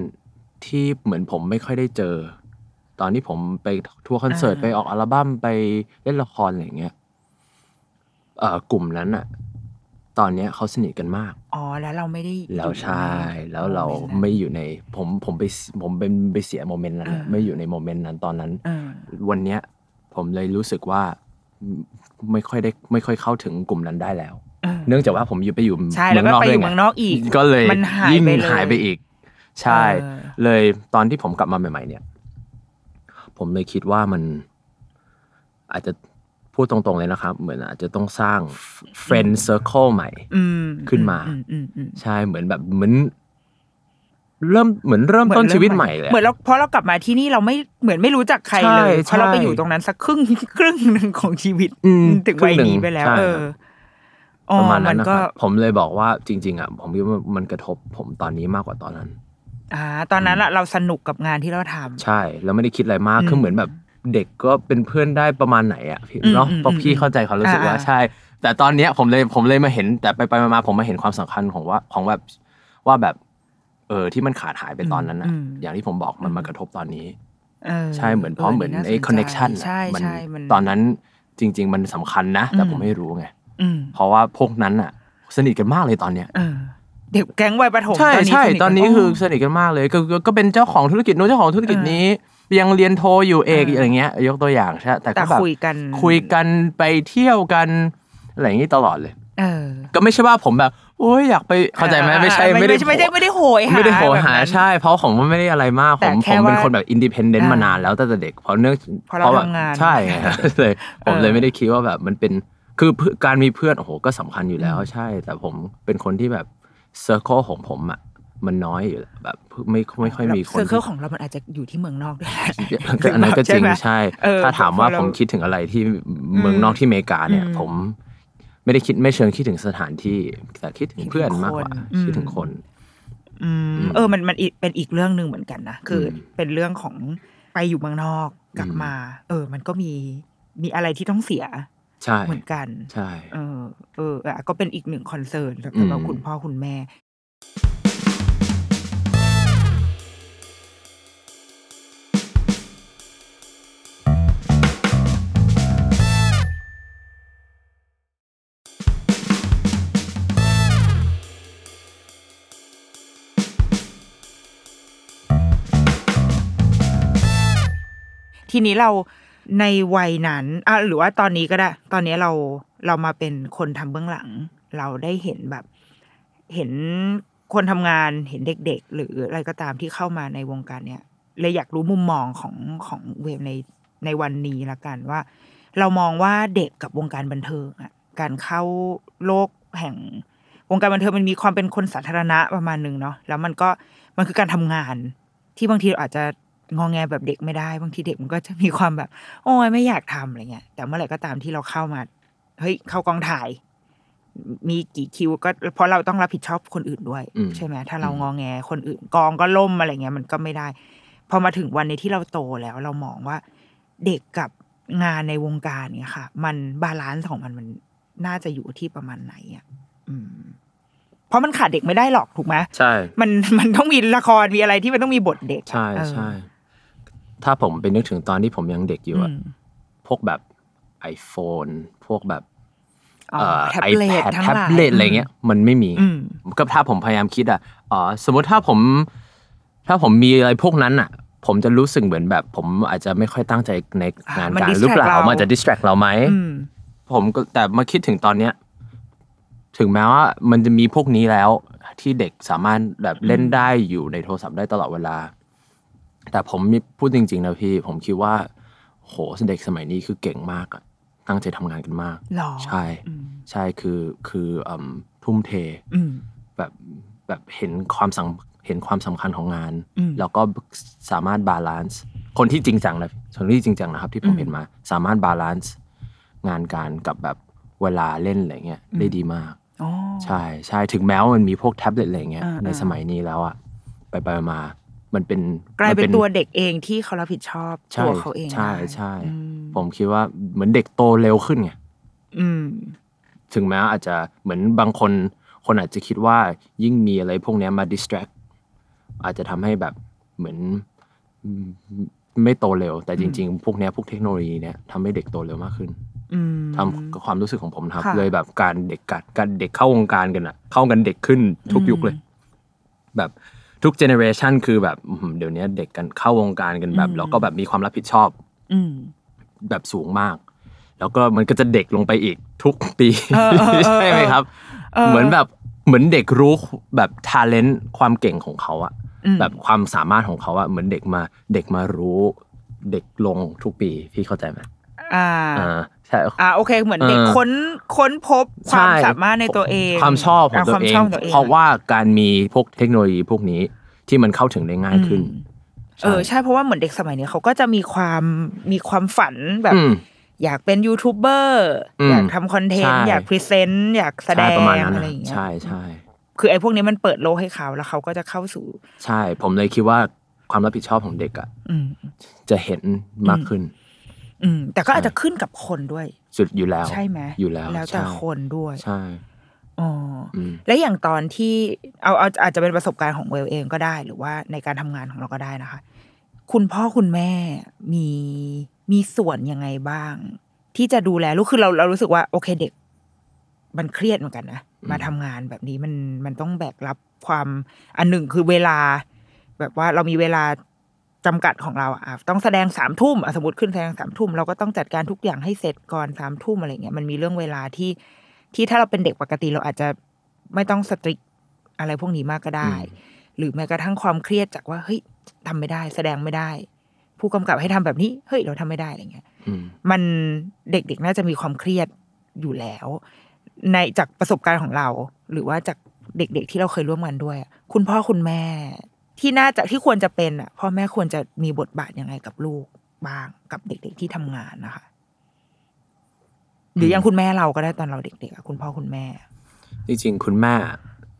[SPEAKER 3] ที่เหมือนผมไม่ค่อยได้เจอ ตอนที่ผมไปทัวร์คอนเสิร์ตไปออกอัลบั้มไปเล่นละครอะไรอย่างเงี้ยเอ่อกลุ่มนั้นอ่ะ ตอนเนี้ยเขาสนิทกันมาก
[SPEAKER 2] อ๋อแล้วเราไม่ได้อยู่
[SPEAKER 3] แล้วใช่
[SPEAKER 2] ใน
[SPEAKER 3] แล้วเรา
[SPEAKER 2] โมนต์นั้น
[SPEAKER 3] ไม่อยู่ในผมผมไปผมเป็นไปเสียโมเมนต์นั้นอะ
[SPEAKER 2] อ่า
[SPEAKER 3] ไม่อยู่ในโมเมนต์นั้นตอนนั้น
[SPEAKER 2] อืม
[SPEAKER 3] วันเนี้ยผมเลยรู้สึกว่าไม่ค่อยได้ไม่ค่อยเข้าถึงกลุ่มนั้นได้แล้ว
[SPEAKER 2] อืม
[SPEAKER 3] เนื่องจากว่าผมอยู่ไปอยู่
[SPEAKER 2] ใช่แล้วก็ไปอยู่
[SPEAKER 3] ด้
[SPEAKER 2] เมืองนอกอีก
[SPEAKER 3] ก็เลย
[SPEAKER 2] มันหาย
[SPEAKER 3] ง
[SPEAKER 2] ไปเลย
[SPEAKER 3] หายไปอีก ใช่
[SPEAKER 2] เออ
[SPEAKER 3] เลยตอนที่ผมกลับมาใหม่ ๆ เนี่ย ผมเลยคิดว่ามัน อาจจะพูดตรงๆเลยนะครับ เหมือนอาจจะต้องสร้าง friend circle ใหม่
[SPEAKER 2] อืม
[SPEAKER 3] ขึ้นมา
[SPEAKER 2] อือืมอืม
[SPEAKER 3] ใช่เหมือนแบบเหมือน เริ่มเหมือนเริ่มต้นชีวิตใหม่เลยอะ
[SPEAKER 2] เหมือนเราเพราะเรากลับมาที่นี่เราไม่เหมือนไม่รู้จักใครเลย
[SPEAKER 3] ใช่
[SPEAKER 2] เพราะเราไป
[SPEAKER 3] ใช่
[SPEAKER 2] อยู่ตรงนั้นสักครึ่ง ครึ่งหนึ่งของชีวิต
[SPEAKER 3] อืม
[SPEAKER 2] ถึงวัยนี้ไปแล้ว
[SPEAKER 3] ครึ่งห
[SPEAKER 2] เอ
[SPEAKER 3] นึ่
[SPEAKER 2] ง อ
[SPEAKER 3] ใช่ครับ
[SPEAKER 2] อ๋อ
[SPEAKER 3] ประมาณนั้
[SPEAKER 2] มัน น
[SPEAKER 3] นะค
[SPEAKER 2] ก็
[SPEAKER 3] รับผมเลยบอกว่าจริง ๆอ่ะผมคิดว่ามันกระทบผมตอนนี้มากกว่าตอนนั้น
[SPEAKER 2] อ่า ตอนนั้นอะเราสนุกกับงานที่เราทำ
[SPEAKER 3] ใช่ แล้วไม่ได้คิดอะไรมาก
[SPEAKER 2] อืม
[SPEAKER 3] คือเหมือนแบบเด็กก็เป็นเพื่อนได้ประมาณไหนอ่ะพี่
[SPEAKER 2] อืม
[SPEAKER 3] เนาะ
[SPEAKER 2] อืม
[SPEAKER 3] เพราะพี่เข้าใจความรู้สึกว่า
[SPEAKER 2] อ่า
[SPEAKER 3] ใช่ แต่ตอนเนี้ยผมเลยผมเลยมาเห็น แต่ไปไปมาๆผมมาเห็นความสำคัญของว่าของแบบว่าแบบ เออที่มันขาดหายไปตอนนั้นอ่ะ อย่างที่ผมบอกมันมากระทบตอนนี้
[SPEAKER 2] เออ
[SPEAKER 3] ใช่เหมือนเพราะเหมือนไอ้
[SPEAKER 2] าสใจ
[SPEAKER 3] คอนเน็ชัน
[SPEAKER 2] ใช่ใช่มัน
[SPEAKER 3] ตอนนั้นจริง ๆ มันสำคัญนะ แต่
[SPEAKER 2] อืม
[SPEAKER 3] ผมไม่รู้ไง
[SPEAKER 2] อืม
[SPEAKER 3] เพราะว่าพวกนั้นอ่ะ สนิทกันมากเลยตอนเนี้ย
[SPEAKER 2] เออเด็กแก๊งวัยประถม
[SPEAKER 3] ใช่ใช่
[SPEAKER 2] สกั
[SPEAKER 3] ตอนนี้คือ
[SPEAKER 2] ม
[SPEAKER 3] สนิทกันมากเลยก็ก็ก็เป็นเจ้าของธุรกิจนู้นเจ้าของธุรกิจนี้ ยังเรียนโทอยู่เอก
[SPEAKER 2] เอออ
[SPEAKER 3] อะไรเงี้ย ยกตัวอย่างใช่แต่
[SPEAKER 2] แต่
[SPEAKER 3] ก็แบบ
[SPEAKER 2] คุยกัน
[SPEAKER 3] คุยกันไปเที่ยวกันอะไรอย่างนี้ตลอดเลย
[SPEAKER 2] เออ
[SPEAKER 3] ก็ไม่ใช่ว่าผมแบบโอ้ยอยากไปเข้าใจไหมไม่ใช่
[SPEAKER 2] ไม่
[SPEAKER 3] ไม่ได้
[SPEAKER 2] ใช่ไม่ได้ไม่ได้โหยหา
[SPEAKER 3] ไม่ได้โหยหา
[SPEAKER 2] แบบนั้น
[SPEAKER 3] ใช่ เพราะผมว่าไม่ได้อะไรมาก
[SPEAKER 2] แต่
[SPEAKER 3] ผม
[SPEAKER 2] แค่
[SPEAKER 3] ผมเป็น
[SPEAKER 2] ว่า
[SPEAKER 3] คนแบบอินดิเพนเดนต์
[SPEAKER 2] อ่าม
[SPEAKER 3] มานานแล้วตั้งแต่เด็กเพราะเนื่อง
[SPEAKER 2] เพราะเรา
[SPEAKER 3] แบบ
[SPEAKER 2] ทำงาน
[SPEAKER 3] ใช่ไง เลยผม
[SPEAKER 2] เออ
[SPEAKER 3] เลยไม่ได้คิดว่าแบบมันเป็นคือเพื่อการมีเพื่อนโอ้โหก็สำคัญอยู่แล้วใช่ แต่ผมเป็นคนที่แบบเซอร์เคิลของผมอ่ะมันน้อยอยู่แล้วแบบไม่ไม่ค่อยมีคน
[SPEAKER 2] เซอร์เคิล
[SPEAKER 3] ที่
[SPEAKER 2] ของเรามันอาจจะอยู่ที่เมืองนอกด้วย
[SPEAKER 3] ก็ อันนั้นก็จริง
[SPEAKER 2] ไหม
[SPEAKER 3] ใช่
[SPEAKER 2] เออ
[SPEAKER 3] ถ้าถามว่า
[SPEAKER 2] พอเรา
[SPEAKER 3] ผมคิดถึงอะไรที่เมืองนอกที่อเมริกาเนี่ย
[SPEAKER 2] อืม
[SPEAKER 3] ผมไม่ได้คิดไม่เชิงคิดถึงสถานที่ แต่คิดถึงเพื่อนมากกว่า
[SPEAKER 2] อืม
[SPEAKER 3] คิดถึงคน
[SPEAKER 2] อืมเออมันมันอีกเป็นอีกเรื่องหนึ่งเหมือนกันนะ คืออ
[SPEAKER 3] ม
[SPEAKER 2] เป็นเรื่องของไปอยู่เมืองนอกกลับ
[SPEAKER 3] อืม
[SPEAKER 2] มา เออ มันก็มีมีอะไรที่ต้องเสีย
[SPEAKER 3] ใช่
[SPEAKER 2] เหมือนกัน
[SPEAKER 3] ใช่
[SPEAKER 2] เออ เอออ่ะก็เป็นอีกหนึ่งคอนเซิร์นสำหรับ
[SPEAKER 3] อืม
[SPEAKER 2] คุณพ่อคุณแม่ ทีนี้เราในวัยนั้นอ่ะหรือว่าตอนนี้ก็ได้ ตอนนี้เราเรามาเป็นคนทำเบื้องหลัง เราได้เห็นแบบ เห็นคนทำงานเห็นเด็ก ๆ หรืออะไรก็ตามที่เข้ามาในวงการเนี่ยเลยอยากรู้มุมมองของของเวฟในในวันนี้ละกันว่า เรามองว่าเด็กกับวงการบันเทิงอะการเข้าโลกแห่ง วงการบันเทิงมันมีความเป็นคนสาธารณะประมาณหนึ่งเนาะแล้วมันก็มันคือการทำงาน ที่บางทีเราอาจจะงองแงแบบเด็กไม่ได้ บางทีเด็กมันก็จะมีความแบบ โอ้ยไม่อยากทำอะไรเงี้ย แต่เมื่อไหร่ก็ตามที่เราเข้ามา เฮ้ยเข้ากองถ่าย มีกี่คิวก็เพราะเราต้องรับผิดชอบคนอื่นด้วย
[SPEAKER 3] อืม
[SPEAKER 2] ใช่ไหมถ้าเรา
[SPEAKER 3] อืม
[SPEAKER 2] งองแงคนอื่นกองก็ล่มอะไรเงี้ยมันก็ไม่ได้ พอมาถึงวันในที่เราโตแล้ว เรามองว่า เด็กกับงานในวงการเนี่ยค่ะ มันบาลานซ์ของมันมันน่าจะอยู่ที่ประมาณไหนอ่ะอืม เพราะมันขาดเด็กไม่ได้หรอกถูกไหม
[SPEAKER 3] ใช่
[SPEAKER 2] มัน มันต้องมีละครมีอะไรที่มันต้องมีบทเด็กอะ
[SPEAKER 3] ใช่
[SPEAKER 2] เออ
[SPEAKER 3] ใช่ ถ้าผมไปนึกถึงตอนที่ผมยังเด็กอยู่อะ
[SPEAKER 2] ม
[SPEAKER 3] พวกแบบ iPhone พวกแบบ
[SPEAKER 2] อ๋อ
[SPEAKER 3] เอ่อ
[SPEAKER 2] แท็บเล็ต
[SPEAKER 3] iPad
[SPEAKER 2] ทั้งห
[SPEAKER 3] แท็
[SPEAKER 2] ลา
[SPEAKER 3] บ
[SPEAKER 2] ย
[SPEAKER 3] เล็ตอะไรเงี้ยมันไม่มี
[SPEAKER 2] อืม
[SPEAKER 3] ก็ถ้าผมพยายามคิดอ่ะอ๋อสมมติถ้าผม ถ้าผมมีอะไรพวกนั้นอ่ะ ผมจะรู้สึกเหมือนแบบ ผมอาจจะไม่ค่อยตั้งใจในงาน
[SPEAKER 2] มัน
[SPEAKER 3] การ
[SPEAKER 2] distract
[SPEAKER 3] หรือเปล่า
[SPEAKER 2] เรามั
[SPEAKER 3] มันจะดิสแทรกเราไหม
[SPEAKER 2] อืม
[SPEAKER 3] ผมก็แต่มาคิดถึงตอนเนี้ย ถึงแม้ว่ามันจะมีพวกนี้แล้วที่เด็กสามารถแบบเล่นได้อยู่ในโทรศัพท์ได้ตลอดเวลา แต่ผมมีพูดจริงๆนะพี่ ผมคิดว่า โหเด็กสมัยนี้คือเก่งมากอะตั้งใจทำงานกันมาก
[SPEAKER 2] หรอ
[SPEAKER 3] ใช่
[SPEAKER 2] อืม
[SPEAKER 3] ใช่คือคืออืมทุ่มเท
[SPEAKER 2] อืม
[SPEAKER 3] แบบแบบเห็นความสำเห็นความสำคัญของงาน
[SPEAKER 2] อืม
[SPEAKER 3] แล้วก็สามารถบาลานซ์คนที่จริงจังนะคนที่จริงจังนะครับ ที่ผม
[SPEAKER 2] อืม
[SPEAKER 3] เห็นมา สามารถบาลานซ์งานการกับแบบเวลาเล่นอะไรเงี้ย
[SPEAKER 2] อืม
[SPEAKER 3] ได้ดีมาก
[SPEAKER 2] อ๋อ
[SPEAKER 3] ใช่ใช่ถึงแม้ว่ามันมีพวกแท็บเล็ตอะไรเงี้ย
[SPEAKER 2] อ่า
[SPEAKER 3] ใน
[SPEAKER 2] อ่า
[SPEAKER 3] สมัยนี้แล้วอะไปไปมาๆมันเป็น
[SPEAKER 2] กลายเป็น
[SPEAKER 3] มั
[SPEAKER 2] ตัวเด็กเองที่เขารับผิดชอบ
[SPEAKER 3] ใช่
[SPEAKER 2] ตัวเขาเอง
[SPEAKER 3] ใช่
[SPEAKER 2] ได้
[SPEAKER 3] ใช่
[SPEAKER 2] อืม
[SPEAKER 3] ผมคิดว่าเหมือนเด็กโตเร็วขึ้นไง
[SPEAKER 2] อืม
[SPEAKER 3] ถึงแม้อาจจะเหมือนบางคน คนอาจจะคิดว่ายิ่งมีอะไรพวกเนี้ยมา distract อาจจะทำให้แบบเหมือนอืมไม่โตเร็ว แต่จริง ๆ พวกเนี้ยพวกเทคโนโลยีเนี้ยทำให้เด็กโตเร็วมากขึ้น
[SPEAKER 2] อืม
[SPEAKER 3] ทำความรู้สึกของผมนะครับ
[SPEAKER 2] ค่ะ
[SPEAKER 3] เลยแบบการเด็กกัดการเด็กเข้าวงการกันอะเข้ากันเด็กขึ้นทุกยุคเลย แบบทุกเจเนอเรชันคือแบบอื้อหือเดี๋ยวเนี้ยเด็กกันเข้าวงการกันแบบแล้วก็แบบมีความรับผิดชอบ
[SPEAKER 2] อืม
[SPEAKER 3] แบบสูงมาก แล้วก็มันก็จะเด็กลงไปอีกทุกปี
[SPEAKER 2] เออเออเออ
[SPEAKER 3] ใช่ไหมครับ เหมือนแบบเหมือนเด็กรู้แบบทาเลนต์ความเก่งของเขาอะ
[SPEAKER 2] อืม
[SPEAKER 3] แบบความสามารถของเขาอะเหมือนเด็กมาเด็กมารู้ เด็กลงทุกปีพี่เข้าใจไหม
[SPEAKER 2] อ่า
[SPEAKER 3] อ่าใช่
[SPEAKER 2] อ่าโอเคเหมือน
[SPEAKER 3] เออ
[SPEAKER 2] เด็กค้นค้นพบความ
[SPEAKER 3] ใช่
[SPEAKER 2] สามารถในตัวเอง
[SPEAKER 3] ความชอบของตัว
[SPEAKER 2] ความ
[SPEAKER 3] เอ
[SPEAKER 2] ชบ
[SPEAKER 3] ง
[SPEAKER 2] ของตัวเอง
[SPEAKER 3] เพราะว่าการมีพวกเทคโนโลยีพวกนี้ที่มันเข้าถึงได้ง่ายขึ้น
[SPEAKER 2] อืมเออใช่เพราะว่าเหมือนเด็กสมัยเนี้ยเขาก็จะมีความมีความฝันแบบ
[SPEAKER 3] อืม
[SPEAKER 2] อยากเป็นยูทูบเบอร์
[SPEAKER 3] อืม
[SPEAKER 2] อยากทำคอนเทนต์
[SPEAKER 3] ใช่
[SPEAKER 2] อยากพรีเซนต์อยากแสดง
[SPEAKER 3] ใช่ประมาณนั้น
[SPEAKER 2] อะไร
[SPEAKER 3] นะ
[SPEAKER 2] อย่างเงี้ย
[SPEAKER 3] ใช่ใช่
[SPEAKER 2] คือไอ้พวกนี้มันเปิดโลกให้เขาแล้วเขาก็จะเข้าสู่
[SPEAKER 3] ใช่ ผมเลยคิดว่าความรับผิดชอบของเด็กอะ
[SPEAKER 2] อืม
[SPEAKER 3] จะเห็นมากขึ้น
[SPEAKER 2] อืม แต่ก็อาจ
[SPEAKER 3] ใช่
[SPEAKER 2] จะขึ้นกับคนด้วย
[SPEAKER 3] สุดอยู่แล้ว
[SPEAKER 2] ใช่ไหม
[SPEAKER 3] อยู่แล้ว
[SPEAKER 2] แล้วแต่
[SPEAKER 3] ใช่
[SPEAKER 2] คนด้วย
[SPEAKER 3] ใช่
[SPEAKER 2] อ๋อ
[SPEAKER 3] อืม
[SPEAKER 2] และอย่างตอนที่เอาเอาอาจจะเป็นประสบการณ์ของเวลเองก็ได้ หรือว่าในการทำงานของเราก็ได้นะคะ คุณพ่อคุณแม่มีมีส่วนยังไงบ้าง ที่จะดูแลลูกคือเราเรารู้สึกว่า โอเคเด็ก มันเครียดเหมือนกันนะมาทำงานแบบนี้มันมันต้องแบกรับความอันหนึ่งคือเวลา แบบว่าเรามีเวลาจำกัดของเราอะอ่ะต้องแสดงสามทุ่มอ่ะสมมติขึ้นแสดงสามทุ่มเราก็ต้องจัดการทุกอย่างให้เสร็จก่อนสามทุ่มอะไรเงี้ยมันมีเรื่องเวลาที่ที่ถ้าเราเป็นเด็กปกติเราอาจจะไม่ต้องสตริกอะไรพวกนี้มากก็ได้ หรือแม้กระทั่งความเครียดจากว่าเฮ้ยทำไม่ได้ แสดงไม่ได้ ผู้กำกับให้ทำแบบนี้เฮ้ยเราทำไม่ได้อะไรเงี้ย
[SPEAKER 3] อืม
[SPEAKER 2] มันเด็กๆน่าจะมีความเครียดอยู่แล้ว ในจากประสบการณ์ของเรา หรือว่าจากเด็ก ๆ ที่เราเคยร่วมงานด้วยอะคุณพ่อคุณแม่ ที่น่าจะที่ควรจะเป็นอ่ะพ่อแม่ควรจะมีบทบาทยังไงกับลูกบ้างกับเด็ก ๆที่ทำงานนะคะ หรืออ
[SPEAKER 3] ม
[SPEAKER 2] ยังคุณแม่เราก็ได้ตอนเราเด็กๆอะคุณพ่อคุณแม่
[SPEAKER 3] จริงๆ คุณแม่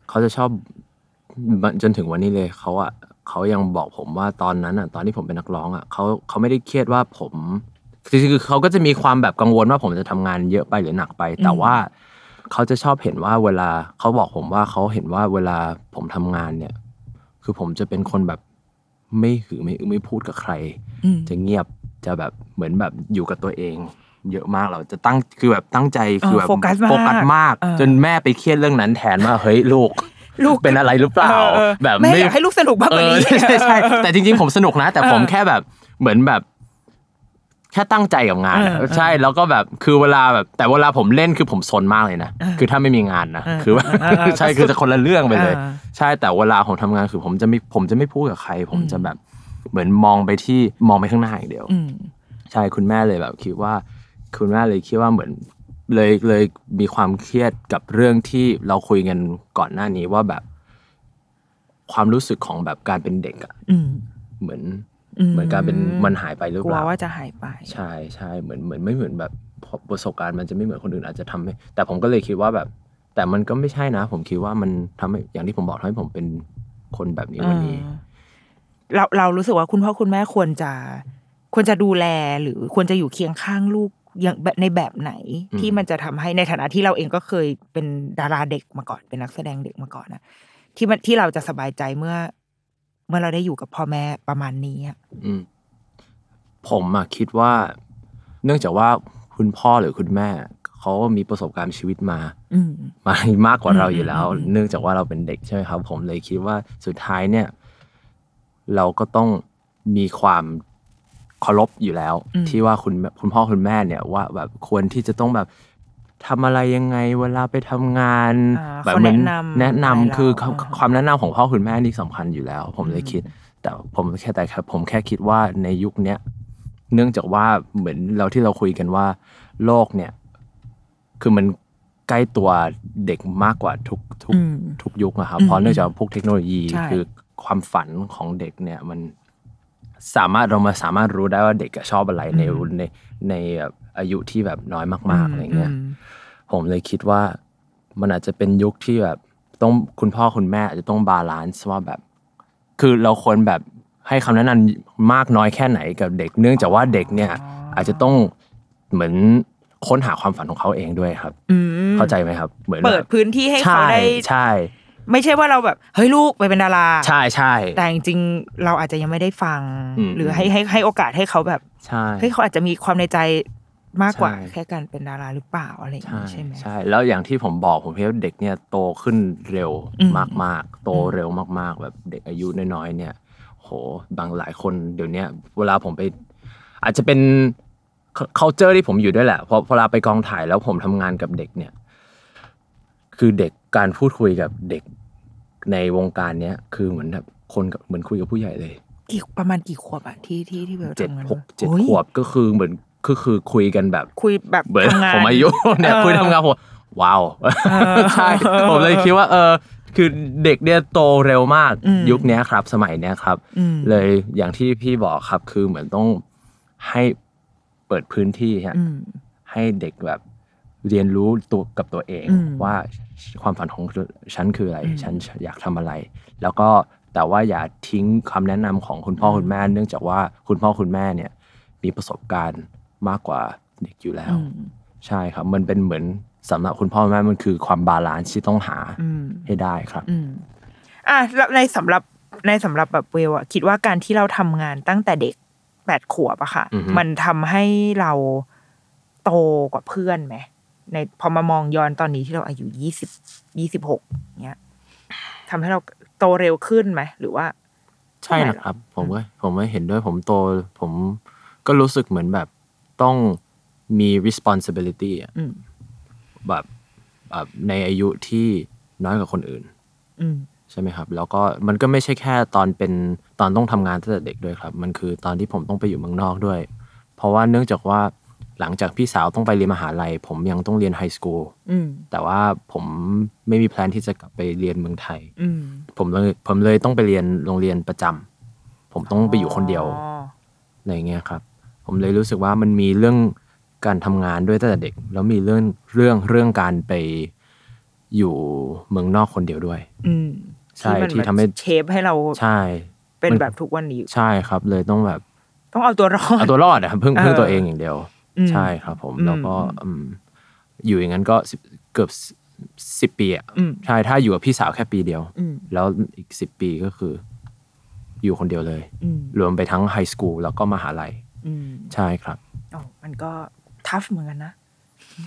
[SPEAKER 3] เขาจะชอบจนถึงวันนี้เลยเขาอะเขายังบอกผมว่าตอนนั้นอะตอนที่ผมเป็นนักร้องอะเขาเขาไม่ได้เครียดว่าผมคือคือเขาก็จะมีความแบบกังวลว่าผมจะทำงานเยอะไปหรือหนักไป แต่
[SPEAKER 2] อืม
[SPEAKER 3] ว่าเขาจะชอบเห็นว่าเวลาเขาบอกผมว่าเขาเห็นว่าเวลาผมทำงานเนี่ย คือผมจะเป็นคนแบบไม่หือไม่อือไม่พูดกับใคร
[SPEAKER 2] อืม
[SPEAKER 3] จะเงียบจะแบบเหมือนแบบอยู่กับตัวเอง เยอะมากเราจะตั้งคือแบบตั้งใจคือแบบ
[SPEAKER 2] เออโฟกัสมาก
[SPEAKER 3] โฟกัสมาก
[SPEAKER 2] เออ
[SPEAKER 3] จนแม่ไปเครียดเรื่องนั้นแทนว่า เฮ้ยลูก
[SPEAKER 2] ลูก
[SPEAKER 3] เป็นอะไรหรือเปล่า
[SPEAKER 2] เออ
[SPEAKER 3] แบบ
[SPEAKER 2] แม่อยากให้ลูกสนุกมากก
[SPEAKER 3] เอ
[SPEAKER 2] ว่า
[SPEAKER 3] อ
[SPEAKER 2] นี้
[SPEAKER 3] ใช่ใช่ใช่แต่จริงๆผมสนุกนะ แต่ผม
[SPEAKER 2] เออ
[SPEAKER 3] แค่แบบเหมือนแบบ แค่ตั้งใจกับงานอะ
[SPEAKER 2] เออเออ
[SPEAKER 3] ใช่แล้วก็แบบคือเวลาแบบแต่เวลาผมเล่นคือผมสนมากเลยนะ
[SPEAKER 2] เออ
[SPEAKER 3] คือถ้าไม่มีงานนะ
[SPEAKER 2] เออ
[SPEAKER 3] คือแบบ
[SPEAKER 2] เออเออ
[SPEAKER 3] ใช่คือจะคนละเรื่องไปเลย
[SPEAKER 2] เออ
[SPEAKER 3] ใช่แต่เวลาผมทำงานคือผมจะไม่ผมจะไม่พูดกับใคร ผมจะแบบเหมือนมองไปที่มองไปข้างหน้าอย่างเดียว
[SPEAKER 2] อืม
[SPEAKER 3] ใช่คุณแม่เลยแบบคิดว่า คุณแม่เลยคิดว่าเหมือนเลยเลยมีความเครียดกับเรื่องที่เราคุยกันก่อนหน้านี้ว่าแบบ ความรู้สึกของแบบการเป็นเด็กอะ
[SPEAKER 2] อืม
[SPEAKER 3] เหมือน
[SPEAKER 2] อืม
[SPEAKER 3] เหมือนการเป็นมันหายไปหรือก
[SPEAKER 2] ลั
[SPEAKER 3] เป
[SPEAKER 2] ว
[SPEAKER 3] ล่า
[SPEAKER 2] ว่าจะหายไป
[SPEAKER 3] ใช่ใช่เหมือนเหมือนไม่เหมือนแบบประสบการณ์มันจะไม่เหมือนคนอื่นอาจจะทำให้แต่ผมก็เลยคิดว่าแบบ แต่มันก็ไม่ใช่นะ ผมคิดว่ามันทำให้อย่างที่ผมบอกทำให้ผมเป็นคนแบบนี้วันนี้
[SPEAKER 2] เออเราเรารู้สึกว่าคุณพ่อคุณแม่ควรจะ ควรจะดูแลหรือควรจะอยู่เคียงข้างลูกอย่างแบบในแบบไหน
[SPEAKER 3] อืม
[SPEAKER 2] ที่มันจะทำให้ในฐานะที่เราเองก็เคยเป็นดาราเด็กมาก่อนเป็นนักแสดงเด็กมาก่อนนะที่มันที่เราจะสบายใจเมื่อ เมื่อเราได้อยู่กับพ่อแม่ประมาณนี้อะ
[SPEAKER 3] อืมผมอะคิดว่า เนื่องจากว่าคุณพ่อหรือคุณแม่เขาก็มีประสบการณ์ชีวิตมา
[SPEAKER 2] อืม
[SPEAKER 3] มามากกว่าเราอยู่แล้ว
[SPEAKER 2] อืมอืมอืม
[SPEAKER 3] เนื่องจากว่าเราเป็นเด็กใช่ไหมครับ ผมเลยคิดว่าสุดท้ายเนี่ย เราก็ต้องมีความเคารพอยู่แล้ว ที่ว่าคุณคุณพ่อคุณแม่เนี่ยว่าแบบควรที่จะต้องแบบทำอะไรยังไง เวลาไปทำงาน
[SPEAKER 2] อ่า
[SPEAKER 3] แบบ
[SPEAKER 2] เขา
[SPEAKER 3] เหมื
[SPEAKER 2] แนะ
[SPEAKER 3] อน
[SPEAKER 2] นำ
[SPEAKER 3] แนะนำ
[SPEAKER 2] อะไรเรา
[SPEAKER 3] คือความ
[SPEAKER 2] อ่า
[SPEAKER 3] ความแนะนำของพ่อคุณแม่นี่สำคัญอยู่แล้ว ผมเลยคิด แต่ผมแค่แต่ครับผมแค่คิดว่าในยุคเนี้ยเนื่องจากว่าเหมือนเราที่เราคุยกันว่า โลกเนี่ย คือมันใกล้ตัวเด็กมากกว่าทุกทุก
[SPEAKER 2] อืม
[SPEAKER 3] ทุกยุคนะครับ
[SPEAKER 2] อืม
[SPEAKER 3] เพราะเนื่องจากพวกเทคโนโลยี
[SPEAKER 2] ใช่
[SPEAKER 3] คือความฝันของเด็กเนี่ยมันสามารถเรามาสามารถรู้ได้ว่าเด็กอะชอบอะไรในในในแบบอายุที่แบบน้อยมากๆอะไรเงี้ย
[SPEAKER 2] ม
[SPEAKER 3] ผมเลยคิดว่ามันอาจจะเป็นยุคที่แบบต้องคุณพ่อคุณแม่อาจจะต้องบาลานซ์ว่าแบบ คือเราควรแบบให้คำแนะนำมากน้อยแค่ไหนกับเด็ก เนื่องจากว่าเด็กเนี่ย อาจจะต้องเหมือนค้นหาความฝันของเขาเองด้วยครับ
[SPEAKER 2] อืม
[SPEAKER 3] เข้าใจไหมครับ เหมือน
[SPEAKER 2] เปิดพื้นที่ให้เขา
[SPEAKER 3] ใช่
[SPEAKER 2] ได้
[SPEAKER 3] ใช่
[SPEAKER 2] ไม่ใช่ว่าเราแบบ เฮ้ยลูกไปเป็นดารา
[SPEAKER 3] ใช่ใช่
[SPEAKER 2] แต่จริงๆเราอาจจะยังไม่ได้ฟัง
[SPEAKER 3] อืม
[SPEAKER 2] หรือให้ให้ให้โอกาสให้เขาแบบ
[SPEAKER 3] ใช่
[SPEAKER 2] เฮ้ยเขาอาจจะมีความในใจมากกว่า
[SPEAKER 3] ใช่
[SPEAKER 2] แค่การเป็นดาราหรือเปล่าอะไรอย่าง
[SPEAKER 3] ใช่
[SPEAKER 2] นี้ใช่ไหม
[SPEAKER 3] ใช่แล้วอย่างที่ผมบอกผมเห็นว่าเด็กเนี่ยโตขึ้นเร็ว
[SPEAKER 2] อืม
[SPEAKER 3] มากๆ โตเร็วมากๆ แบบเด็กอายุน้อยๆเนี่ย โหบางหลายคนเดี๋ยวเนี้ยเวลาผมไป อาจจะเป็น culture ที่ผมอยู่ด้วยแหละเพราะเวลาไปกองถ่ายแล้วผมทำงานกับเด็กเนี่ย คือเด็กการพูดคุยกับเด็กในวงการเนี้ยคือเหมือนแบบคนกับเหมือนคุยกับผู้ใหญ่เลย
[SPEAKER 2] ี่ประมาณกี่ขวบอะที่ที่ที่เบล
[SPEAKER 3] เจ็ด
[SPEAKER 2] ทำงาน
[SPEAKER 3] หกเจ็ด
[SPEAKER 2] โอ้ย
[SPEAKER 3] ขวบก็คือเหมือนก็คือคุยกันแบบ
[SPEAKER 2] คุยแบบ
[SPEAKER 3] เหมือน
[SPEAKER 2] ทำงาน
[SPEAKER 3] ผมอายุ เนี่ย
[SPEAKER 2] เออ
[SPEAKER 3] คุยทำงานผมว้าว
[SPEAKER 2] อ
[SPEAKER 3] ใช่ผมเลยคิดว่าเออคือเด็กเนี่ยโตเร็วมาก
[SPEAKER 2] อืม
[SPEAKER 3] ยุคเนี้ยครับ สมัยเนี้ยครับ
[SPEAKER 2] อืม
[SPEAKER 3] เลยอย่างที่พี่บอกครับคือเหมือนต้องให้เปิดพื้นที่ฮะ
[SPEAKER 2] อืม
[SPEAKER 3] ให้เด็กแบบเรียนรู้ตัวกับตัวเอง
[SPEAKER 2] อืม
[SPEAKER 3] ว่าความฝันของฉันคืออะไร
[SPEAKER 2] อืม
[SPEAKER 3] ฉันอยากทำอะไร แล้วก็แต่ว่าอย่าทิ้งคำแนะนำของคุณพ่อคุณแม่ เนื่องจากว่าคุณพ่อคุณแม่เนี่ย มีประสบการณ์มากกว่าเด็กอยู่แล้ว
[SPEAKER 2] อืม
[SPEAKER 3] ใช่ครับ มันเป็นเหมือนสำหรับคุณพ่อแม่มันคือความบาลานซ์ที่ต้องหา
[SPEAKER 2] อืม
[SPEAKER 3] ให้ได้ครับ
[SPEAKER 2] อืมอ่ะแล้วในสำหรับในสำหรับแบบเวลอะคิดว่าการที่เราทำงานตั้งแต่เด็กแปดขวบอะค่ะ
[SPEAKER 3] อือฮึ
[SPEAKER 2] มันทำให้เราโตกว่าเพื่อนไหมในพอมามองย้อนตอนนี้ที่เราอายุยี่สิบยี่สิบหกเนี้ยทำให้เราโตเร็วขึ้นไหมหรือว่า
[SPEAKER 3] ใช่นะครับ ผมก็ผมก็เห็นด้วยผมโต ผมก็รู้สึกเหมือนแบบต้องมี responsibility อะ
[SPEAKER 2] อืม
[SPEAKER 3] แบบแบบในอายุที่น้อยกว่าคนอื่น
[SPEAKER 2] อืม
[SPEAKER 3] ใช่ไหมครับ แล้วก็มันก็ไม่ใช่แค่ตอนเป็นตอนต้องทำงานตั้งแต่เด็กด้วยครับ มันคือตอนที่ผมต้องไปอยู่เมืองนอกด้วย เพราะว่าเนื่องจากว่าหลังจากพี่สาวต้องไปเรียนมหาลัย ผมยังต้องเรียนไฮสคูล
[SPEAKER 2] อืม
[SPEAKER 3] แต่ว่าผมไม่มีแพลนที่จะกลับไปเรียนเมืองไทย
[SPEAKER 2] อืม
[SPEAKER 3] ผมเลยผมเลยต้องไปเรียนโรงเรียนประจำผมต้องไปอยู่คนเดียว
[SPEAKER 2] อ๋อ
[SPEAKER 3] อะไรเงี้ยครับ ผมเลยรู้สึกว่ามันมีเรื่องการทำงานด้วยตั้งแต่เด็ก แล้วมีเรื่องเรื่องเรื่องการไปอยู่เมืองนอกคนเดียวด้วย
[SPEAKER 2] อืม
[SPEAKER 3] ใช่
[SPEAKER 2] มัน
[SPEAKER 3] ที่ทำให้
[SPEAKER 2] เชฟให้เรา
[SPEAKER 3] ใช่
[SPEAKER 2] เป็น
[SPEAKER 3] มัน
[SPEAKER 2] แบบทุกวันนี้
[SPEAKER 3] ใช่ครับ เลยต้องแบบ
[SPEAKER 2] ต้องเอาตัวรอด
[SPEAKER 3] เอาตัวรอดนะครับพึ่ง
[SPEAKER 2] เออ
[SPEAKER 3] พึ่งตัวเองอย่างเดียว
[SPEAKER 2] อืม
[SPEAKER 3] ใช่ครับ ผม
[SPEAKER 2] อืม
[SPEAKER 3] แล้วก็อืมอยู่อย่างนั้นก็10เกือบสิบปีอ่ะ
[SPEAKER 2] อืม
[SPEAKER 3] ใช่ถ้าอยู่กับพี่สาวแค่ปีเดียว
[SPEAKER 2] อืม
[SPEAKER 3] แล้วอีกสิบปีก็คือ อยู่คนเดียวเลย
[SPEAKER 2] อืม
[SPEAKER 3] รวมไปทั้งไฮสคูลแล้วก็มหาลัย
[SPEAKER 2] อืม
[SPEAKER 3] ใช่ครับ
[SPEAKER 2] อ๋อมันก็ทัฟเหมือนกันนะ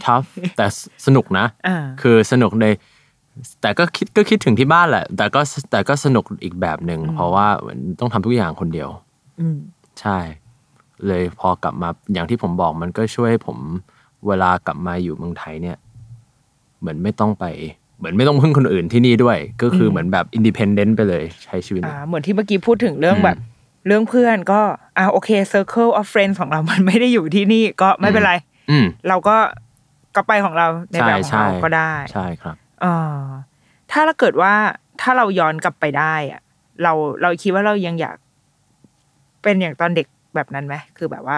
[SPEAKER 3] ทัฟ แต่สนุกนะ
[SPEAKER 2] อ่า
[SPEAKER 3] คือสนุกใน แต่ก็คิดก็คิดถึงที่บ้านแหละ แต่ก็แต่ก็สนุกอีกแบบหนึ่งเพราะว่าเหมือนต้องทำทุกอย่างคนเดียว
[SPEAKER 2] อืม
[SPEAKER 3] ใช่ เลยพอกลับมาอย่างที่ผมบอกมันก็ช่วยให้ผมเวลากลับมาอยู่เมืองไทยเนี่ย เหมือนไม่ต้องไป เหมือนไม่ต้องพึ่งคนอื่นที่นี่ด้วย ก็คืออ
[SPEAKER 2] ม
[SPEAKER 3] เหมือนแบบอินดิเพนเดนต์ไปเลยใช้ชีวิต
[SPEAKER 2] อ่า เหมือนที่เมื่อกี้พูดถึงเรื่อง
[SPEAKER 3] อืม
[SPEAKER 2] แบบ เรื่องเพื่อนก็อ่าโอเค Circle of Friends ของเรา มันไม่ได้อยู่ที่นี่ก็ไม่เป็นไร
[SPEAKER 3] อืม
[SPEAKER 2] เราก็ก็ไปของเราในแบบของ
[SPEAKER 3] ใช่
[SPEAKER 2] เรา
[SPEAKER 3] ใช่
[SPEAKER 2] ก็ได้
[SPEAKER 3] ใช่ครับ
[SPEAKER 2] เออถ้าเราเกิดว่าถ้าเราย้อนกลับไปได้อะเราเราคิดว่าเรายังอยาก เป็นอย่างตอนเด็กแบบนั้นไหมคือแบบว่า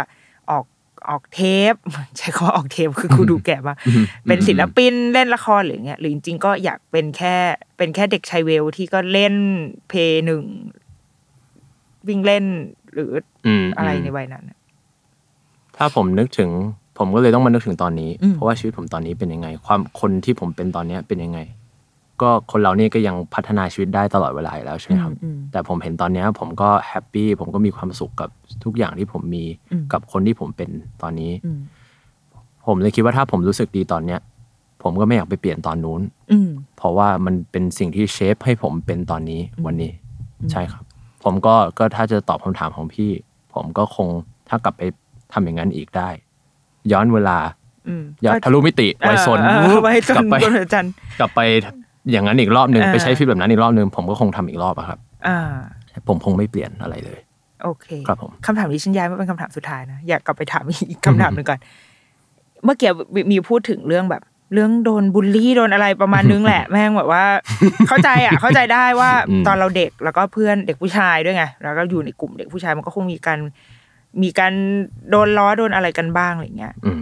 [SPEAKER 2] ออกออกเทป ใช้คำว่าออกเทปคือกูดูแก่มาก
[SPEAKER 3] อืม
[SPEAKER 2] เป็นศิล
[SPEAKER 3] อืม
[SPEAKER 2] ปินเล่นละครหรือเงี้ยหรือจริงๆก็อยากเป็นแค่เป็นแค่เด็กชายเวลที่ก็เล่นเพลงหนึ่งวิ่งเล่นหรือ
[SPEAKER 3] อืม
[SPEAKER 2] อะไรใน
[SPEAKER 3] ม
[SPEAKER 2] วัยนั้นอะ
[SPEAKER 3] ถ้าผมนึกถึง ผมก็เลยต้องมานึกถึงตอนนี้
[SPEAKER 2] อืม
[SPEAKER 3] เพราะว่าชีวิตผมตอนนี้เป็นยังไง ความคนที่ผมเป็นตอนเนี้ยเป็นยังไง ก็คนเราเนี่ยก็ยังพัฒนาชีวิตได้ตลอดเวลาอยู่แล้วใช่ไหมครับ
[SPEAKER 2] อืม
[SPEAKER 3] แต่ผมเห็นตอนเนี้ยผมก็แฮปปี้ผมก็มีความสุขกับทุกอย่างที่ผมมี
[SPEAKER 2] อืม
[SPEAKER 3] กับคนที่ผมเป็นตอนนี้
[SPEAKER 2] อืม
[SPEAKER 3] ผมเลยคิดว่าถ้าผมรู้สึกดีตอนเนี้ย ผมก็ไม่อยากไปเปลี่ยนตอนนู้น
[SPEAKER 2] อืม
[SPEAKER 3] เพราะว่ามันเป็นสิ่งที่เชฟให้ผมเป็นตอนนี้วันนี้ ใช่ครับ ผมก็ก็ถ้าจะตอบคำถามของพี่ ผมก็คงถ้ากลับไปทำอย่างนั้นอีกได้ ย้อนเวลา
[SPEAKER 2] อืม
[SPEAKER 3] ย้อนทะลุมิติไวโซน
[SPEAKER 2] เออเออไวโซ
[SPEAKER 3] กลั
[SPEAKER 2] น
[SPEAKER 3] บไป
[SPEAKER 2] บนหัวจันทร์
[SPEAKER 3] กลับไปอย่างนั้นอีกรอบหนึ่ง
[SPEAKER 2] เออ
[SPEAKER 3] ไปใช้ชีวิตแบบนั้นอีกรอบหนึ่งผมก็คงทำอีกรอบอะครับ
[SPEAKER 2] อ่า
[SPEAKER 3] ใช่ ผมคงไม่เปลี่ยนอะไรเลย
[SPEAKER 2] โอเค
[SPEAKER 3] ครับผม
[SPEAKER 2] คำถามที่ฉันย้ายมาเป็นคำถามสุดท้ายนะ อยากกลับไปถามอีกคำถามหนึ่งก่อน เมื่อกี้มีมีพูดถึงเรื่องแบบ เรื่องโดนบูลลี่โดนอะไรประมาณนึงแหละ แม่งแบบว่า เข้าใจอ่ะ เข้าใจได้ว่า
[SPEAKER 3] อืม
[SPEAKER 2] ตอนเราเด็กแล้วก็เพื่อนเด็กผู้ชายด้วยไงแล้วก็อยู่ในกลุ่มเด็กผู้ชายมันก็คงมีการมีการโดนล้อโดนอะไรกันบ้างอะไรเงี้ย
[SPEAKER 3] อืม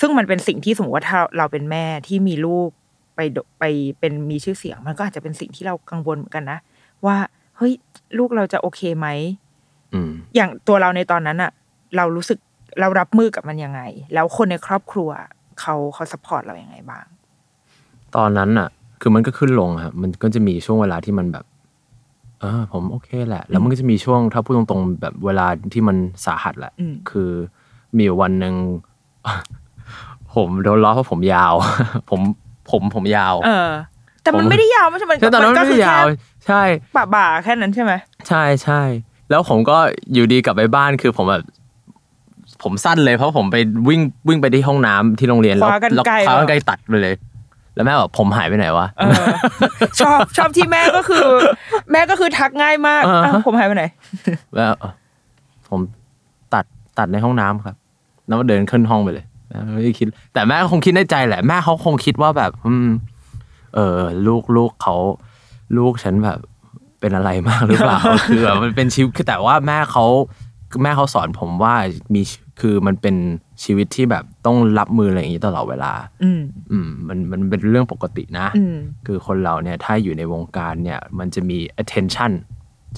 [SPEAKER 2] ซึ่งมันเป็นสิ่งที่สมมติว่าถ้าเราเป็นแม่ที่มีลูกไปโดไปเป็นมีชื่อเสียง มันก็อาจจะเป็นสิ่งที่เรากังวลเหมือนกันนะว่าเฮ้ยลูกเราจะโอเคไหม
[SPEAKER 3] อืม
[SPEAKER 2] อย่างตัวเราในตอนนั้นอะเรารู้สึกเรารับมือกับมันยังไง แล้วคนในครอบครัวเขาเขาสปอร์ตเรายังไงบ้าง
[SPEAKER 3] ตอนนั้นอ่ะ คือมันก็ขึ้นลงอะครับมันก็จะมีช่วงเวลาที่มันแบบ เออ ผมโอเคแหละ แล้วมันก็จะมีช่วงถ้าพูดตรงๆ แบบเวลาที่มันสาหัสแหละ
[SPEAKER 2] อืม
[SPEAKER 3] คือมีอยู่วันหนึ่ง ผมโดนล้อเพราะผมยาว ผมผมผมยาว
[SPEAKER 2] เออ แต่มัน
[SPEAKER 3] ผม
[SPEAKER 2] ไม่ได้ยาวไม่ใช่มัน
[SPEAKER 3] ใช่ตอนนั้น
[SPEAKER 2] ก็
[SPEAKER 3] ไม่
[SPEAKER 2] คือย
[SPEAKER 3] ได้าว ใช่
[SPEAKER 2] แค่บ่าบ่าแค่นั้นใช่ไหม
[SPEAKER 3] ใช่ใช่แล้วผมก็อยู่ดีกลับไปบ้านคือผมแบบ ผมสั้นเลยเพราะผมไปวิ่งวิ่งไปที่ห้องน้ำที่โรงเรียน
[SPEAKER 2] ค
[SPEAKER 3] แล้ว
[SPEAKER 2] ว้ากัน
[SPEAKER 3] แล้ว
[SPEAKER 2] ไกล
[SPEAKER 3] คว้ากันไกลตัดไปเลย แล้วแม่บอกผมหายไปไหนวะ
[SPEAKER 2] เออ ชอบชอบที่แม่ก็คือ แม่ก็คือทักง่ายมาก
[SPEAKER 3] อ่าฮะ
[SPEAKER 2] อ้าวผมหายไปไหน
[SPEAKER 3] แล้วเอ่อผมตัดตัดในห้องน้ำครับ แล้วก็เดินขึ้นห้องไปเลยแม่ไม่ได้คิด แต่แม่ก็คงคิดในใจแหละ แม่เขาคงคิดว่าแบบ อืม เออ ลูกลูกเขา ลูกฉันแบบเป็นอะไรมากหรือ เปล่า คือแบบมันเป็นชีวิตคือแต่ว่าแม่เขาแม่เขาสอนผมว่ามีคือมันเป็นชีวิตที่แบบต้องรับมืออะไรอย่างนี้ตลอดเวลา
[SPEAKER 2] อืม
[SPEAKER 3] อืม มันมันเป็นเรื่องปกตินะ
[SPEAKER 2] อืม
[SPEAKER 3] คือคนเราเนี่ยถ้าอยู่ในวงการเนี่ย มันจะมี attention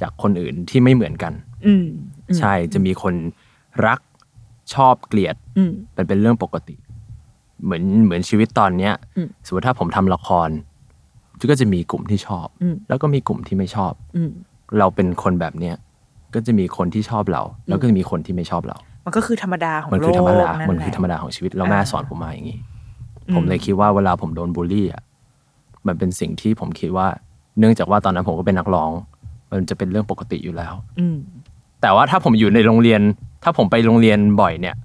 [SPEAKER 3] จากคนอื่นที่ไม่เหมือนกัน
[SPEAKER 2] อืม
[SPEAKER 3] ใช่จะมีคนรักชอบเกลียด
[SPEAKER 2] อืม
[SPEAKER 3] มันเป็นเรื่องปกติ เหมือนเหมือนชีวิตตอนเนี้ย
[SPEAKER 2] อืม
[SPEAKER 3] สมมติถ้าผมทำละครก็จะมีกลุ่มที่ชอบ
[SPEAKER 2] อืม
[SPEAKER 3] แล้วก็มีกลุ่มที่ไม่ชอบ
[SPEAKER 2] อืม
[SPEAKER 3] เราเป็นคนแบบเนี้ยก็จะมีคนที่ชอบเรา แล้วก็จะมีคนที่ไม่ชอบเรา
[SPEAKER 2] มันก็คือธรรมดาของ
[SPEAKER 3] มัน
[SPEAKER 2] โล
[SPEAKER 3] คื
[SPEAKER 2] ก
[SPEAKER 3] อธรรมดามัน
[SPEAKER 2] แห
[SPEAKER 3] คือ
[SPEAKER 2] ละ
[SPEAKER 3] ธรรมดาของชีวิตแล้วแม่
[SPEAKER 2] อ่า
[SPEAKER 3] สอนผมมาอย่างนี้ ผมเลยคิดว่าเวลาผมโดนบูลลี่อ่ะมันเป็นสิ่งที่ผมคิดว่า เนื่องจากว่าตอนนั้นผมก็เป็นนักร้อง มันจะเป็นเรื่องปกติอยู่แล้ว
[SPEAKER 2] อืม
[SPEAKER 3] แต่ว่าถ้าผมอยู่ในโรงเรียน ถ้าผมไปโรงเรียนบ่อยเนี่ย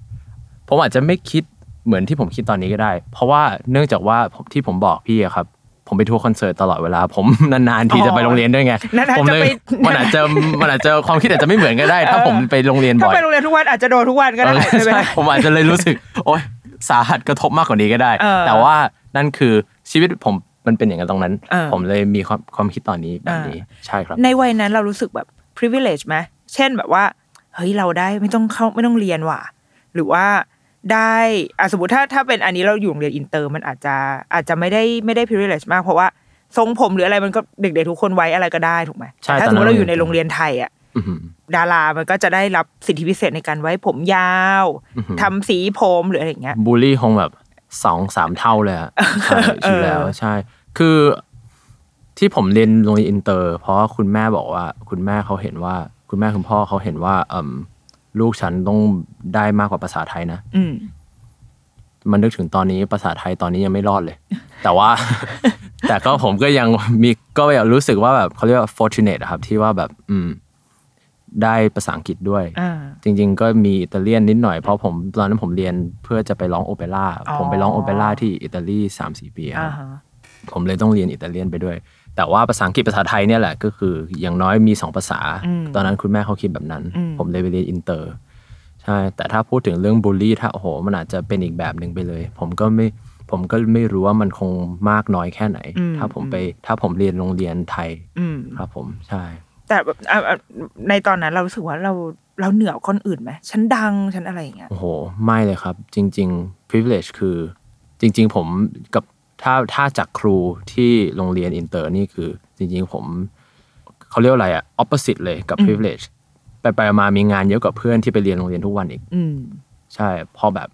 [SPEAKER 3] ผมอาจจะไม่คิดเหมือนที่ผมคิดตอนนี้ก็ได้ เพราะว่าเนื่องจากว่าผมที่ผมบอกพี่อะครับ ผมไปทัวร์คอนเสิร์ตตลอดเวลา ผม นานๆที
[SPEAKER 2] อ๋อ
[SPEAKER 3] จะไปโรงเรียนด้วยไง
[SPEAKER 2] นานๆ
[SPEAKER 3] ผมเลย
[SPEAKER 2] จะไป
[SPEAKER 3] มันอาจจะมันอาจจะความคิดอาจจะไม่เหมือนก็ ได้ ถ้าผมไปโรงเรียน
[SPEAKER 2] ถ้า
[SPEAKER 3] บ่อย
[SPEAKER 2] ไปโรงเรียนทุกวันอาจจะโดนทุกวันก็ได้
[SPEAKER 3] เออ
[SPEAKER 2] ใช่ไหม
[SPEAKER 3] ใช่ผมอาจจะเลยรู้สึก โอ๊ยสาหัสกระทบมากกว่านี้ก็ได้
[SPEAKER 2] เออ
[SPEAKER 3] แต่ว่านั่นคือชีวิตผมมันเป็นอย่างนั้นตรงนั้น
[SPEAKER 2] เออ
[SPEAKER 3] ผมเลยมีความความคิดตอนนี้แบบ
[SPEAKER 2] เออ
[SPEAKER 3] นี้ใช่ครับ
[SPEAKER 2] ในวัยนั้นเรารู้สึกแบบ privilege ไหมเช่นแบบว่า เฮ้ย เราได้ไม่ต้องเข้าไม่ต้องเรียนว่ะ หรือว่าได้อ่ะสมมติถ้าถ้าเป็นอันนี้เราอยู่โรงเรียนอินเตอร์มันอาจจะอาจจะไม่ได้ไม่ได้ privilege มาก เพราะว่าทรงผมหรืออะไรมันก็เด็กๆทุกคนไว้อะไรก็ได้ถูกไหม
[SPEAKER 3] ใช่
[SPEAKER 2] แต่ถ้า
[SPEAKER 3] ต
[SPEAKER 2] ส
[SPEAKER 3] อน
[SPEAKER 2] ม
[SPEAKER 3] นั้
[SPEAKER 2] มติ
[SPEAKER 3] น
[SPEAKER 2] เราอยู่ในโรงเรียนไทยอ่ะ
[SPEAKER 3] อือหือ
[SPEAKER 2] ดารา มันก็จะได้รับสิทธิพิเศษในการไว้ผมยาว
[SPEAKER 3] อือหือ
[SPEAKER 2] ทำสีผมหรืออะไรอย่างเงี้ย
[SPEAKER 3] บูลลี่คงแบบสองสามเท่าเลย อะใช่
[SPEAKER 2] เออ
[SPEAKER 3] ชีวิตแล้วใช่ คือที่ผมเรียนโรงเรียนอินเตอร์ เพราะว่าคุณแม่บอกว่า คุณแม่เขาเห็นว่า คุณแม่คุณพ่อเขาเห็นว่าเอิ่มลูกฉันต้องได้มากกว่าภาษาไทยนะ
[SPEAKER 2] อืม
[SPEAKER 3] มันนึกถึงตอนนี้ภาษาไทยตอนนี้ยังไม่รอ ดเลย แต่ว่า แต่ก็ผมก็ยังมีก็ยังรู้สึกว่าแบบเขาเรียกว่า fortunate อะครับ ที่ว่าแบบ อืม ได้ภาษาอังกฤษด้วย
[SPEAKER 2] อ่า
[SPEAKER 3] จริงๆ ก็มีอิตาเลียนนิดหน่อยเพราะผมตอนนั้นผมเรียนเพื่อจะไปร้องโอเปร่า
[SPEAKER 2] อ๋อ
[SPEAKER 3] ผมไปร้องโอเปร่าที่อิตาลี3าสี่ปีค
[SPEAKER 2] อ่า
[SPEAKER 3] รับ
[SPEAKER 2] ฮะ
[SPEAKER 3] ผมเลยต้องเรียนอิตาเลียนไปด้วย แต่ว่าภาษาอังกฤษภาษาไทยเนี่ยแหละก็คืออย่างน้อยมี 2 ภาษา ตอนนั้นคุณแม่เขาคิดแบบนั้น ผมเลยไปเรียนอินเตอร์ใช่แต่ถ้าพูดถึงเรื่องบูลลี่ถ้าโอ้โหมันอาจจะเป็นอีกแบบหนึ่งไปเลย ผมก็ไม่ผมก็ไม่รู้ว่ามันคงมากน้อยแค่ไหน ถ้าผมไปถ้าผมเรียนโรงเรียนไทย
[SPEAKER 2] อืม
[SPEAKER 3] ครับผมใช่
[SPEAKER 2] แต่แบบอ่ะอ่ะในตอนนั้นเรารู้สึกว่าเราเราเหนือคนอื่นไหมฉันดังฉันอะไรอย่างเงี้ย
[SPEAKER 3] โอ้โห ไม่เลยครับ จริง ๆ privilege คือจริง ๆ ผมกับถ้าถ้าจากครูที่โรงเรียนอินเตอร์นี่คือ จริง ๆ ผมเขาเรียกว่าอะไรอะ opposite เลยกับ privilege ไปไปๆมาๆมีงานเยอะกว่าเพื่อนที่ไปเรียนโรงเรียนทุกวันอีก
[SPEAKER 2] อืม
[SPEAKER 3] ใช่เพอแบบ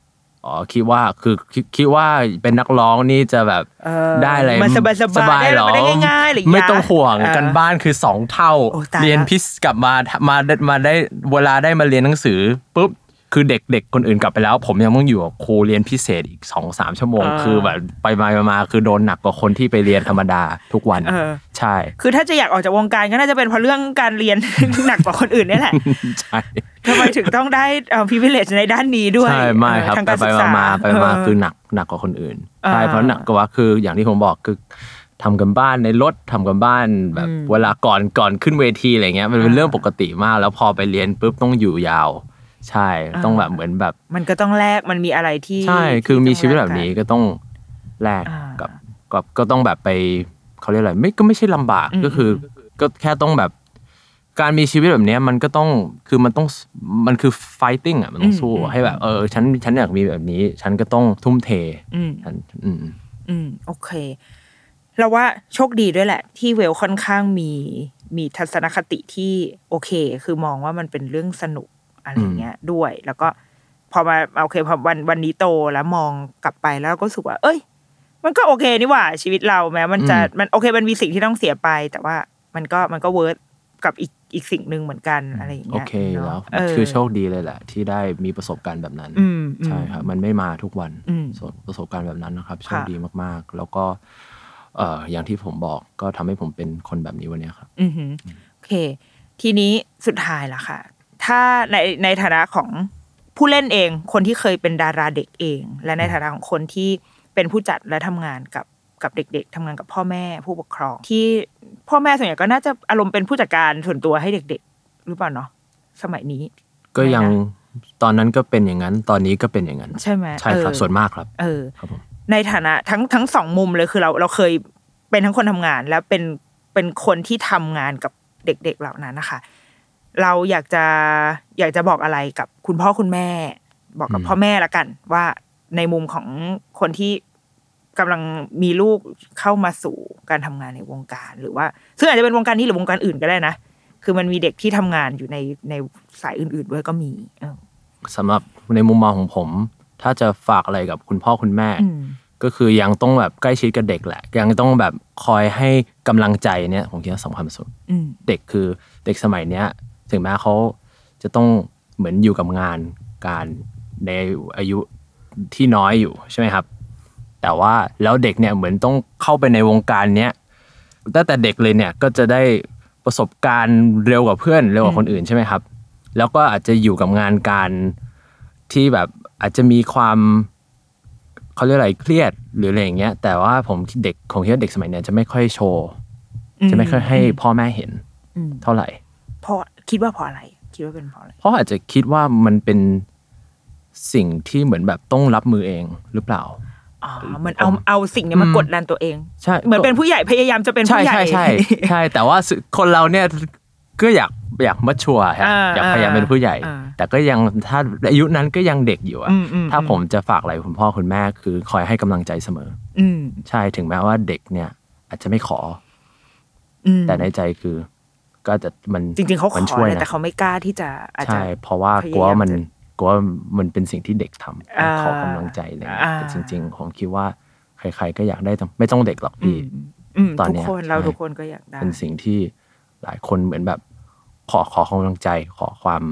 [SPEAKER 3] อ๋อคิดว่าคือคิดคิดว่าเป็นนักร้องนี่จะแบบ
[SPEAKER 2] เออ
[SPEAKER 3] ได้อะไร
[SPEAKER 2] มันสบายๆได้อะไรมาได้ง่ายๆหรือยัง
[SPEAKER 3] ไม่ต้องห่วง
[SPEAKER 2] อ่า
[SPEAKER 3] กันบ้านคือสองเท่า
[SPEAKER 2] โอ้ตายละ
[SPEAKER 3] เรียนพิเศษกลับมามาได้มาได้เวลาได้มาเรียนหนังสือปุ๊บคือเด็กเด็กคนอื่นกลับไปแล้ว ผมยังต้องอยู่กับครูเรียนพิเศษอีกสองสามชั่วโมง คือแบบไปมาไปมาคือโดนหนักกว่าคนที่ไปเรียนธรรมดาทุกวัน
[SPEAKER 2] เออ
[SPEAKER 3] ใช่
[SPEAKER 2] คือถ้าจะอยากออกจากวงการก็น่าจะเป็นเพราะเรื่องการเรียน หนักกว่าคนอื่น เนี่ยแหละ
[SPEAKER 3] ใช่
[SPEAKER 2] ทำไมถึงต้องได้เอ่อ privilege ในด้านนี้ด้วย
[SPEAKER 3] ใช่ไม่ครับ
[SPEAKER 2] เออทาง
[SPEAKER 3] แต่
[SPEAKER 2] การ
[SPEAKER 3] ไป
[SPEAKER 2] ศึกษา
[SPEAKER 3] มามาไปมา
[SPEAKER 2] เ
[SPEAKER 3] คือหนักหนักกว่าคนอื่น
[SPEAKER 2] อ่า
[SPEAKER 3] ใช่เพราะหนักกว่าคืออย่างที่ผมบอกคือ ทำกันบ้านในรถทำกันบ้านแบบ
[SPEAKER 2] อืม
[SPEAKER 3] เวลาก่อนก่อนขึ้นเวทีอะไรเงี้ยมันเป็น
[SPEAKER 2] อ่า
[SPEAKER 3] เรื่องปกติมาก แล้วพอไปเรียนปุ๊บต้องอยู่ยาว ใช่
[SPEAKER 2] อ่า
[SPEAKER 3] ต้องแบบเหมือนแบบ
[SPEAKER 2] มันก็ต้องแลกมันมีอะไรที่
[SPEAKER 3] ใช่คือมี
[SPEAKER 2] ที่ต้ง
[SPEAKER 3] ชีวิตแบบ
[SPEAKER 2] แลกกั
[SPEAKER 3] นี้ก็ต้องแลก
[SPEAKER 2] อ่ากั
[SPEAKER 3] กับกับก็ต้องแบบไปเขาเรียกอะไรไม่ก็ไม่ใช่ลำบาก
[SPEAKER 2] อืม
[SPEAKER 3] ก็คือ ก็แค่ต้องแบบ การมีชีวิตแบบเนี้ยมันก็ต้องคือมันต้องมันคือ fighting อ่ะมันต้องสู้ให้แบบ เออ ฉันฉันอยากมีแบบนี้ ฉันก็ต้องทุ่มเท
[SPEAKER 2] อืม
[SPEAKER 3] ฉันอืม
[SPEAKER 2] อืมโอเค เราว่าโชคดีด้วยแหละ ที่เวลค่อนข้างมีมีทัศนคติที่โอเค คือมองว่ามันเป็นเรื่องสนุกอะไรเงี้ยด้วย แล้วก็พอมาโอเคพอวันวันนี้โตแล้วมองกลับไปแล้วก็รู้สึกว่า เอ้ย มันก็โอเคนี่หว่าชีวิตเราแม้ มันจะ
[SPEAKER 3] อืม
[SPEAKER 2] มันโอเคมันมีสิ่งที่ต้องเสียไป แต่ว่ามันก็มันก็เวิร์ดกับอีกอีกสิ่งหนึ่งเหมือนกันอะไรอย่าง
[SPEAKER 3] โอ
[SPEAKER 2] เงี้ย
[SPEAKER 3] เคอยู่แล้ว
[SPEAKER 2] เ
[SPEAKER 3] คือโชคดีเลยแหละ ที่ได้มีประสบการณ์แบบนั้น
[SPEAKER 2] อืมอืม
[SPEAKER 3] ใช่ครับ มันไม่มาทุกวัน
[SPEAKER 2] อืม
[SPEAKER 3] ส่วนประสบการณ์แบบนั้นนะครับโชค
[SPEAKER 2] ค่ะ
[SPEAKER 3] ดีมากๆ แล้วก็เอ่ออย่างที่ผมบอกก็ทำให้ผมเป็นคนแบบนี้วันเนี้ยครับ
[SPEAKER 2] อือหือโอเค ทีนี้สุดท้ายละค่ะ ถ้าในในฐานะของผู้เล่นเอง คนที่เคยเป็นดาราเด็กเอง และในฐานะของคนที่เป็นผู้จัดและทำงานกับกับเด็ก ๆทำงานกับพ่อแม่ผู้ปกครอง ที่พ่อแม่ส่วนใหญ่ก็น่าจะอารมณ์เป็นผู้จัดการส่วนตัวให้เด็ก ๆ หรือเปล่าเนาะสมัยนี้
[SPEAKER 3] ก็ยัง
[SPEAKER 2] ไม่
[SPEAKER 3] ตอนนั้นก็เป็นอย่างนั้น ตอนนี้ก็เป็นอย่างนั้น
[SPEAKER 2] ใช่ไหม
[SPEAKER 3] ใช่ครับ
[SPEAKER 2] เออ
[SPEAKER 3] ส่วนมากครับ
[SPEAKER 2] เออ
[SPEAKER 3] ครับผม
[SPEAKER 2] ในฐานะทั้งทั้งสองมุมเลยคือเราเราเคยเป็นทั้งคนทำงาน และเป็นเป็นคนที่ทำงานกับเด็ก ๆเหล่านั้นนะคะ เราอยากจะอยากจะบอกอะไรกับคุณพ่อคุณแม่ บอกกับพ่อแม่ละกัน ว่าในมุมของคนที่กำลังมีลูกเข้ามาสู่การทำงานในวงการ หรือว่า ซึ่งอาจจะเป็นวงการนี้หรือวงการอื่นก็ได้นะคือมันมีเด็กที่ทำงานอยู่ในในสายอื่น ๆ ด้วยก็มีเออ
[SPEAKER 3] สำหรับในมุมมองของผม ถ้าจะฝากอะไรกับคุณพ่อคุณแม่
[SPEAKER 2] อืม
[SPEAKER 3] ก็คือยังต้องแบบใกล้ชิดกับเด็กแหละ ยังต้องแบบคอยให้กำลังใจเนี่ยผมคิดว่าสำคัญสุด
[SPEAKER 2] อืม
[SPEAKER 3] เด็กคือเด็กสมัยเนี้ย ถึงแม้เขาจะต้องเหมือนอยู่กับงานการในอายุที่น้อยอยู่ใช่ไหมครับ แต่ว่าแล้วเด็กเนี่ยเหมือนต้องเข้าไปในวงการเนี้ยตั้งแต่เด็กเลยเนี่ยก็จะได้ประสบการณ์เร็วกว่าเพื่อนเร็วกว่าคนอื่นใช่ไหมครับ แล้วก็อาจจะอยู่กับงานการที่แบบอาจจะมีความเขาเรียกอะไรเครียดหรืออะไรอย่างเงี้ย แต่ว่าผมเด็กของเฮียเด็กสมัยเนี้ยจะไม่ค่อยโชว์จะไม่ค่อยให้พ่อแม่เห็น
[SPEAKER 2] อืม
[SPEAKER 3] เท่าไหร่
[SPEAKER 2] เพราะคิดว่าเพราะอะไร คิดว่าเป็นเพราะอะไร
[SPEAKER 3] เพราะอาจจะคิดว่ามันเป็นสิ่งที่เหมือนแบบต้องรับมือเองหรือเปล่า
[SPEAKER 2] อ๋อเหมันเอา
[SPEAKER 3] ผม
[SPEAKER 2] เอาสิ่งเนี้ยมา
[SPEAKER 3] อืม
[SPEAKER 2] กดดันตัวเอง
[SPEAKER 3] ใช่
[SPEAKER 2] เหมือนเป็นผู้ใหญ่พยายามจะเป็น
[SPEAKER 3] ใช่
[SPEAKER 2] ผู้ใหญ่
[SPEAKER 3] ใช่ใช่ ใช่ แต่ว่าสื่อคนเราเนี่ยก็อยากอยากมัชชัวร์ฮะ
[SPEAKER 2] อ่า
[SPEAKER 3] อยากพยายามเป็นผู้ใหญ่
[SPEAKER 2] อ่า
[SPEAKER 3] แต่ก็ยังถ้าอายุนั้นก็ยังเด็กอยู่อะ
[SPEAKER 2] อืมอืม
[SPEAKER 3] ถ้าผมจะฝากอะไรคุณพ่อคุณแม่คือคอยให้กำลังใจเสมอ
[SPEAKER 2] อืม
[SPEAKER 3] ใช่ถึงแม้ว่าเด็กเนี่ย อาจจะไม่ขอ
[SPEAKER 2] อืม
[SPEAKER 3] แต่ในใจคือ ก็จะมัน
[SPEAKER 2] จริง ๆเขาข
[SPEAKER 3] มัน
[SPEAKER 2] อ
[SPEAKER 3] ช่วย
[SPEAKER 2] นะ
[SPEAKER 3] นะ
[SPEAKER 2] แต่เขาไม่กล้าที่จะอาจจะ
[SPEAKER 3] ใช่ เพราะว่า
[SPEAKER 2] พยายาม
[SPEAKER 3] กลัวมัน
[SPEAKER 2] จะ
[SPEAKER 3] กลัวมันเป็นสิ่งที่เด็กท
[SPEAKER 2] อ่า
[SPEAKER 3] ำขอกำลังใจอะไรเงี้ย
[SPEAKER 2] อ่า
[SPEAKER 3] แต่จริง ๆ ผมคิดว่าใคร ๆ ก็อยากได้แต่ไม่ต้องเด็กหรอก
[SPEAKER 2] อื
[SPEAKER 3] พี่
[SPEAKER 2] มอืม
[SPEAKER 3] ตอน
[SPEAKER 2] ทุก
[SPEAKER 3] เนี้ย
[SPEAKER 2] คนเรา
[SPEAKER 3] ใช่
[SPEAKER 2] ทุกคนก็อยากได้
[SPEAKER 3] เป็นสิ่งที่หลายคนเหมือนแบบ ขอขอกำลังใจ ขอความ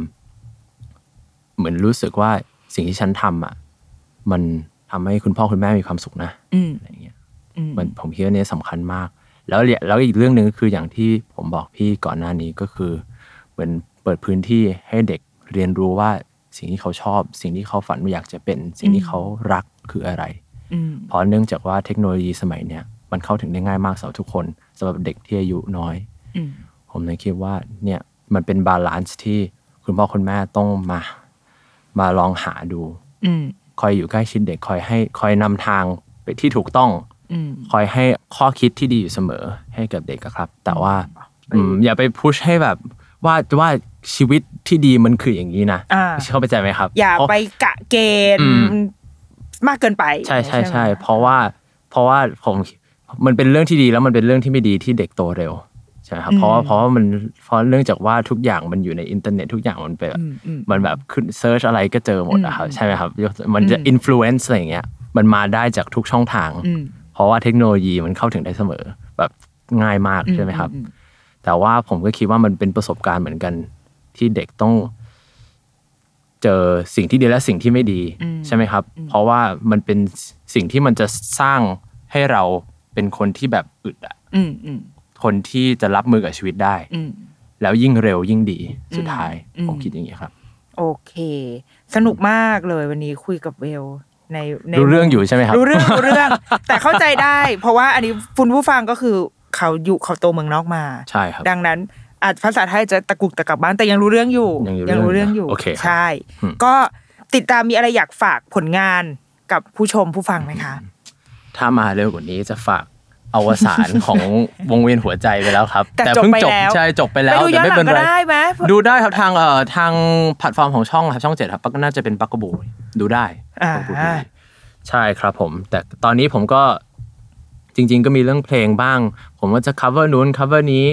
[SPEAKER 3] เหมือนรู้สึกว่าสิ่งที่ฉันทำอ่ะ มันทำให้คุณพ่อคุณแม่มีความสุขนะ
[SPEAKER 2] อืม
[SPEAKER 3] อะไรเงี้ย
[SPEAKER 2] อืม
[SPEAKER 3] มันผมคิดว่าเนี้ยสำคัญมาก แล้วเนี่ยแล้วอีกเรื่องหนึ่งก็คืออย่างที่ผมบอกพี่ก่อนหน้านี้ก็คือ เหมือนเปิดพื้นที่ให้เด็กเรียนรู้ว่าสิ่งที่เขาชอบ สิ่งที่เขาฝันว่าอยากจะเป็น สิ่งที่เขารักคืออะไร
[SPEAKER 2] อืม
[SPEAKER 3] เพราะเนื่องจากว่าเทคโนโลยีสมัยเนี้ยมันเข้าถึงได้ง่ายมากสำหรับทุกคนสำหรับเด็กที่อายุน้อย
[SPEAKER 2] อืม
[SPEAKER 3] ผมเลยคิดว่าเนี่ยมันเป็นบาลานซ์ที่คุณพ่อคุณแม่ต้องมา มาลองหาดู
[SPEAKER 2] อืม
[SPEAKER 3] คอยอยู่ใกล้ชิดเด็กคอยให้คอยนำทางไปที่ถูกต้อง
[SPEAKER 2] อืม
[SPEAKER 3] คอยให้ข้อคิดที่ดีอยู่เสมอให้กับเด็กอะครับ แต่ว่าอืมอย่าไปพุชให้แบบว่าว่าชีวิตที่ดีมันคืออย่างนี้นะ
[SPEAKER 2] อ่า
[SPEAKER 3] เข้าใจไหมครับ
[SPEAKER 2] อย่า
[SPEAKER 3] เพระ
[SPEAKER 2] ไปกะเกณ
[SPEAKER 3] อื
[SPEAKER 2] ฑ์
[SPEAKER 3] ม
[SPEAKER 2] มากเกินไป
[SPEAKER 3] ใช่ใช่ใช่
[SPEAKER 2] ไหม
[SPEAKER 3] เพราะว่าเพราะว่าผมมันเป็นเรื่องที่ดีแล้วมันเป็นเรื่องที่ไม่ดีที่เด็กโตเร็วใช่ไหมครับเพราะว่าเพราะว่ามันเพราะเรื่องจากว่าทุกอย่างมันอยู่ในอินเทอร์เน็ตทุกอย่างมันเป็นแบบ
[SPEAKER 2] อืมอืม
[SPEAKER 3] มันแบบขึ้นเซิร์ชอะไรก็เจอหมดอะครับใช่ไหมครับยกมันจะ
[SPEAKER 2] อืม
[SPEAKER 3] อิม l u เ n นซ์อะไรอย่างเงี้ยมันมาได้จากทุกช่องทาง
[SPEAKER 2] อืม
[SPEAKER 3] เพราะว่าเทคโนโลยีมันเข้าถึงได้เสมอแบบง่ายมากใช่ไหมครับ แต่ว่าผมก็คิดว่ามันเป็นประสบการณ์เหมือนกัน ที่เด็กต้อง เจอสิ่งที่ดีและสิ่งที่ไม่ดีใช่ไหมครับ เพราะว่ามันเป็นสิ่งที่มันจะสร้างให้เราเป็นคนที่แบบอึดอะ
[SPEAKER 2] อืมอืม
[SPEAKER 3] คนที่จะรับมือกับชีวิตได้
[SPEAKER 2] อืม
[SPEAKER 3] แล้วยิ่งเร็วยิ่งดีสุดท้าย
[SPEAKER 2] อืม
[SPEAKER 3] ผมคิดอย่างนี้ครับ
[SPEAKER 2] โอเค สนุกมากเลยวันนี้คุยกับเวล ในใน
[SPEAKER 3] รู้เรื่องอยู่ใช่ไหมครับ
[SPEAKER 2] รู้เรื่อง รู้เรื่อง แต่เข้าใจได้ เพราะว่าอันนี้คุณผู้ฟังก็คือเขาอยู่เขาโตเมืองนอกมา
[SPEAKER 3] ใช่ครับ
[SPEAKER 2] ดังนั้นอาจภาษาไทยจะตะกุกตะกักบ้านแต่ยังรู้เรื่องอยู่
[SPEAKER 3] ยังงรู้
[SPEAKER 2] รู้
[SPEAKER 3] เรื่
[SPEAKER 2] เรื่อ
[SPEAKER 3] อง ง
[SPEAKER 2] อ
[SPEAKER 3] อยู่
[SPEAKER 2] ยู่
[SPEAKER 3] โอเคครับ
[SPEAKER 2] ใช่
[SPEAKER 3] อืม
[SPEAKER 2] ก็ติดตามมีอะไรอยากฝากผลงานกับผู้ชมผู้ฟังไหมคะ
[SPEAKER 3] ถ้ามาเร็วกว่านี้จะฝากอวสาน ของวงเวียนหัวใจไปแล้วครับ
[SPEAKER 2] แต่
[SPEAKER 3] เพิ่ง
[SPEAKER 2] จบบ
[SPEAKER 3] จ
[SPEAKER 2] ไปแล้ว
[SPEAKER 3] ใช่จบไปแล้ว
[SPEAKER 2] ไปดูย้อน
[SPEAKER 3] แต่ไม่เป็น
[SPEAKER 2] หลั
[SPEAKER 3] ไรง
[SPEAKER 2] ก็ได้ไหม
[SPEAKER 3] ดูได้ครับทางเอ่อทางแพลตฟอร์มของช่องครับช่องเจ็ดครับก็น่าจะเป็นปักกะบูดูได้
[SPEAKER 2] อ่า
[SPEAKER 3] ใช่ครับผม แต่ตอนนี้ผมก็จริง ๆ ก็มีเรื่องเพลงบ้าง ผมว่าจะ cover นู้น cover นี้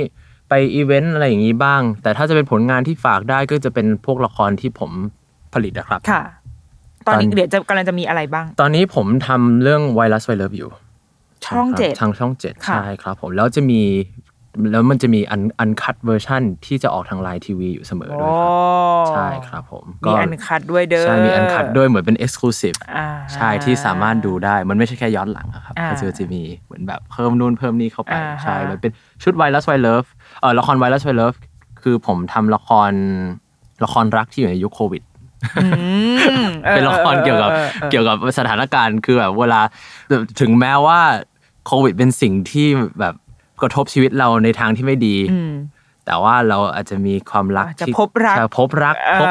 [SPEAKER 3] ไปอีเวนต์อะไรอย่างนี้บ้าง แต่ถ้าจะเป็นผลงานที่ฝากได้ก็จะเป็นพวกละครที่ผมผลิตนะครับ
[SPEAKER 2] ค่ะ ตอนนี้
[SPEAKER 3] ตอน
[SPEAKER 2] เดี๋ยวจะกำลังจะมีอะไรบ้าง
[SPEAKER 3] ตอนนี้ผมทำเรื่องไวรัสไวเลิฟอยู่
[SPEAKER 2] ช่อง
[SPEAKER 3] ครับ
[SPEAKER 2] เจ็ด
[SPEAKER 3] ทางช่องเจ็ด
[SPEAKER 2] ค่ะ
[SPEAKER 3] ใช่ครับผมแล้วจะมีแล้วมันจะมีอันอันคัดเวอร์ชันที่จะออกทางไลน์ทีวีอยู่เสมอด้วยครับใช่ครับผม
[SPEAKER 2] มีอันคัดด้วยเด้อ
[SPEAKER 3] ใช่มีอันคัดด้วยเหมือนเป็น exclusive
[SPEAKER 2] อ่า
[SPEAKER 3] ใช่ที่สามารถดูได้มันไม่ใช่แค่ย้อนหลังอะครับ
[SPEAKER 2] อ่า
[SPEAKER 3] ก็คือจะมีเหมือนแบบเพิ่มนู่นเพิ่มนี่เข้าไป
[SPEAKER 2] อ่าฮะ
[SPEAKER 3] ใช่มันเป็นชุดไวรัสไวเลิฟเออละครไวรัสไวเลิฟคือผมทำละครละครรักที่อยู่ในยุคโควิด
[SPEAKER 2] อืมออ
[SPEAKER 3] เป็นละครเกี่ยวกับ
[SPEAKER 2] ออออออ
[SPEAKER 3] เกี่ยวกับสถานการณ์คือแบบเวลาถึงแม้ว่าโควิดเป็นสิ่งที่แบบกระทบชีวิตเราในทางที่ไม่ดี
[SPEAKER 2] อืม
[SPEAKER 3] แต่ว่าเราอาจจะมีความรัก
[SPEAKER 2] อาจจะ
[SPEAKER 3] ที่
[SPEAKER 2] พบรัก
[SPEAKER 3] จะพบรัก
[SPEAKER 2] เอ่อ
[SPEAKER 3] พบ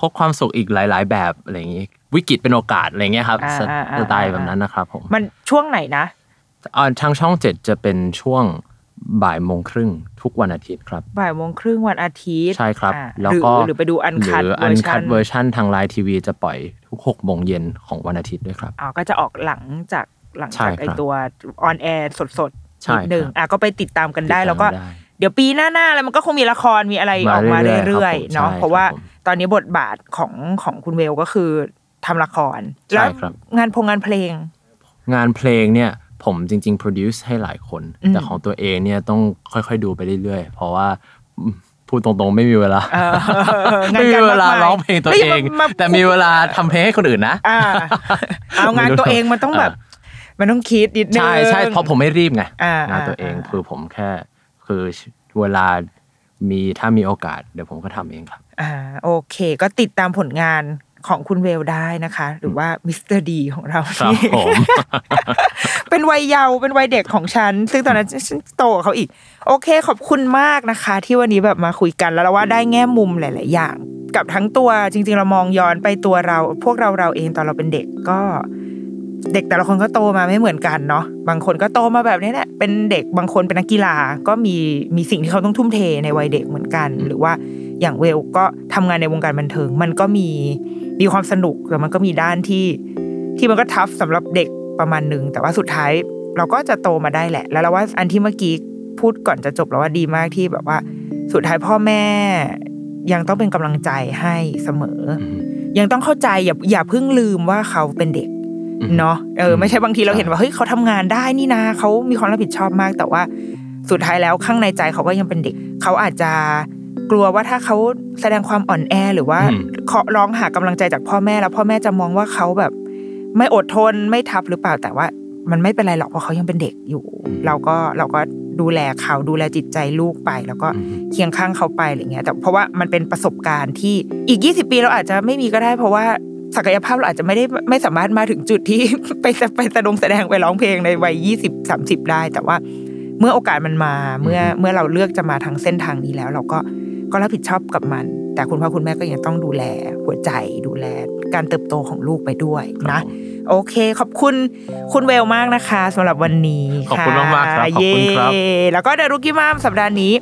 [SPEAKER 3] พบความสุขอีกหลาย ๆ แบบอะไรอย่างนี้ วิกฤตเป็นโอกาสอะไรอย่างเงี้ยครับ
[SPEAKER 2] อ่า
[SPEAKER 3] ส
[SPEAKER 2] อ่าอ่า
[SPEAKER 3] สไตล์แบบนั้นนะครับผม
[SPEAKER 2] มันช่วงไหนนะ
[SPEAKER 3] อ่าทางช่องเจ็ดจะเป็นช่วงบ่ายโมงครึ่งทุกวันอาทิตย์ครับ
[SPEAKER 2] บ่ายโมงครึ่งวันอาทิตย์
[SPEAKER 3] ใช่ครับ
[SPEAKER 2] อ่ะ
[SPEAKER 3] แล้วก็
[SPEAKER 2] หรือหรือไปดูอันคัด
[SPEAKER 3] หรือ
[SPEAKER 2] เว
[SPEAKER 3] อั
[SPEAKER 2] อนร์ชั
[SPEAKER 3] คั
[SPEAKER 2] น
[SPEAKER 3] ดเวอร์ชันทางไลน์ทีวีจะปล่อยทุกหกโมงเย็นของวันอาทิตย์ด้วยครับ
[SPEAKER 2] อ๋อก็จะออกหลังจากหลัง
[SPEAKER 3] ใช่
[SPEAKER 2] จาก
[SPEAKER 3] ครับ
[SPEAKER 2] ไอตัวออนแอร์สดๆ
[SPEAKER 3] ใช่
[SPEAKER 2] นิดหนึ่ง
[SPEAKER 3] ครับ
[SPEAKER 2] อ่ะก็ไปติดตามกันได้
[SPEAKER 3] ติดตาม
[SPEAKER 2] แล้วก็
[SPEAKER 3] ได้
[SPEAKER 2] เดี๋ยวปีหน้าๆอะไรมันก็คงมีละครมีอะไรอ
[SPEAKER 3] มา
[SPEAKER 2] อกมา
[SPEAKER 3] เรื่
[SPEAKER 2] เรื่อ
[SPEAKER 3] อย
[SPEAKER 2] ๆ
[SPEAKER 3] ยๆครับ
[SPEAKER 2] เนาะ
[SPEAKER 3] ผมใช่
[SPEAKER 2] เพราะว่า
[SPEAKER 3] ครับผม
[SPEAKER 2] ตอนนี้บทบาทของของคุณเวลก็คือทำละคร
[SPEAKER 3] ใช่
[SPEAKER 2] แล้ว
[SPEAKER 3] ครับ
[SPEAKER 2] งานพงงานเพลง
[SPEAKER 3] งานเพลงเนี่ยผมจริง ๆ produce ให้หลายคน
[SPEAKER 2] อืม
[SPEAKER 3] แต่ของตัวเองเนี่ยต้องค่อยๆดูไปเรื่อยๆ เพราะว่าอืมพูดตรงๆไม่มีเวลา
[SPEAKER 2] เอองาน
[SPEAKER 3] ไม่มี
[SPEAKER 2] การ
[SPEAKER 3] เวลาม
[SPEAKER 2] กมย
[SPEAKER 3] ร้องเพลงตัว
[SPEAKER 2] ฮ้ย
[SPEAKER 3] เอง
[SPEAKER 2] าา
[SPEAKER 3] แต่มีเวลาทำเพลงให้คนอื่นนะ
[SPEAKER 2] อ่าเอางาน
[SPEAKER 3] ไม่รู้
[SPEAKER 2] ตัวเองมันต้องแบบ
[SPEAKER 3] อ่
[SPEAKER 2] มันต้องคิดนิดนึง
[SPEAKER 3] ใช่ใช่เพราะผมไม่รีบไง
[SPEAKER 2] อ่าง
[SPEAKER 3] านตัวเอง
[SPEAKER 2] อ่า
[SPEAKER 3] คือผมแค่ คือเวลามีถ้ามีโอกาส เดี๋ยวผมก็ทำเองครับ
[SPEAKER 2] อ่าโอเค ก็ติดตามผลงานของคุณเวลได้นะคะ หรือว่ามิสเตอร์ดีของเรา
[SPEAKER 3] ครับ
[SPEAKER 2] ที่
[SPEAKER 3] ผม
[SPEAKER 2] เป็นวัยเยาว์เป็นวัยเด็กของฉัน ซึ่งตอนนั้นฉันฉันโตกว่าเขาอีก โอเค ขอบคุณมากนะคะ ที่วันนี้แบบมาคุยกันแล้วเราว่าได้แง่มุมหลาย ๆ อย่าง กับทั้งตัวจริง ๆ เรามองย้อนไปตัวเรา พวกเราเราเองตอนเราเป็นเด็กก็ เด็กแต่ละคนก็โตมาไม่เหมือนกันเนาะบางคนก็โตมาแบบนี้แหละเป็นเด็กบางคนเป็นนักกีฬาก็มีมีสิ่งที่เขาต้องทุ่มเทในวัยเด็กเหมือนกัน หรือว่าอย่างเวลก็ทำงานในวงการบันเทิง มันก็มีมีความสนุกแต่มันก็มีด้านที่ ที่มันก็ทัฟสำหรับเด็กประมาณหนึ่งแต่ว่าสุดท้ายเราก็จะโตมาได้แหละ แล้วเราว่าอันที่เมื่อกี้พูดก่อนจะจบแล้วว่าดีมากที่แบบว่า สุดท้ายพ่อแม่ยังต้องเป็นกำลังใจให้เสมออ
[SPEAKER 3] ม
[SPEAKER 2] ยังต้องเข้าใจอย่าอย่าเพิ่งลืมว่าเขาเป็นเด็ก เนาะเออ
[SPEAKER 3] อืม
[SPEAKER 2] ไม่ใช่บางทีเรา
[SPEAKER 3] ใช่
[SPEAKER 2] เห็นว่าเฮ้ยเขาทำงานได้นี่นะเขามีความรับผิดชอบมาก แต่ว่าสุดท้ายแล้วข้างในใจเขาก็ยังเป็นเด็ก เขาอาจจะกลัวว่าถ้าเขาแสดงความอ่อนแอหรือว่าเคาะร้องหากำลังใจจากพ่อแม่แล้วพ่อแม่จะมองว่าเขาแบบ ไม่อดทนไม่ทับหรือเปล่าแต่ว่า มันไม่เป็นไรหรอกเพราะเขายังเป็นเด็กอยู่ เราก็เราก็ดูแลเขาดูแลจิตใจลูกไป แล้วก็เคียงข้างเขาไปอะไรเงี้ยแต่เพราะว่ามันเป็นประสบการณ์ที่อีก 20 ปีเราอาจจะไม่มีก็ได้ เพราะว่าศักยภาพเราอาจจะไม่ได้ไม่สามารถมาถึงจุดที่ ไปจะไปแสดงแสดงไปร้องเพลงในวัย 20 30 ได้ แต่ว่าเมื่อโอกาสมันมาเมื่อเมื่อเราเลือกจะมาทางเส้นทางนี้แล้ว เราก็ก็รับผิดชอบกับมัน แต่คุณพ่อคุณแม่ก็ยังต้องดูแลหัวใจดูแลการเติบโตของลูกไปด้วยนะ โอเค ขอบคุณคุณเวลมากนะคะสำหรับวันนี้
[SPEAKER 3] ขอบคุณมากๆครับขอบคุณครับ
[SPEAKER 2] เย้แล้วก็เดรุกี้มามสัปดาห์นี้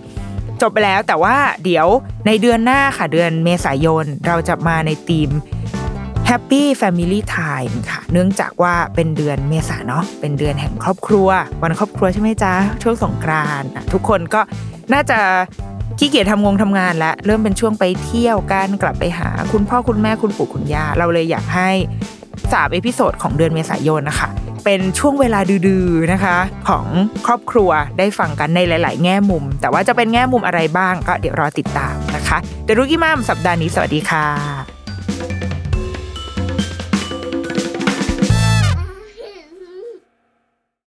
[SPEAKER 2] จบไปแล้วแต่ว่าเดี๋ยวในเดือนหน้าค่ะ เดือนเมษายน เราจะมาในธีม Happy Family Time ค่ะ เนื่องจากว่าเป็นเดือนเมษาเนาะเป็นเดือนแห่งครอบครัว วันครอบครัวใช่ไหมจ๊ะ ช่วงสงกรานต์อ่ะทุกคนก็น่าจะขี้เกียจทำงงทำงานแล้ว เริ่มเป็นช่วงไปเที่ยวกันกลับไปหา คุณพ่อคุณแม่คุณปู่คุณย่าเราเลยอยากให้ สามเอพิโซดของเดือนเมษายนนะคะ เป็นช่วงเวลาดื้อๆนะคะ ของครอบครัวได้ฟังกันในหลาย ๆ แง่มุม แต่ว่าจะเป็นแง่มุมอะไรบ้างก็เดี๋ยวรอติดตามนะคะ เดรุกี้มามสัปดาห์นี้สวัสดีค่ะ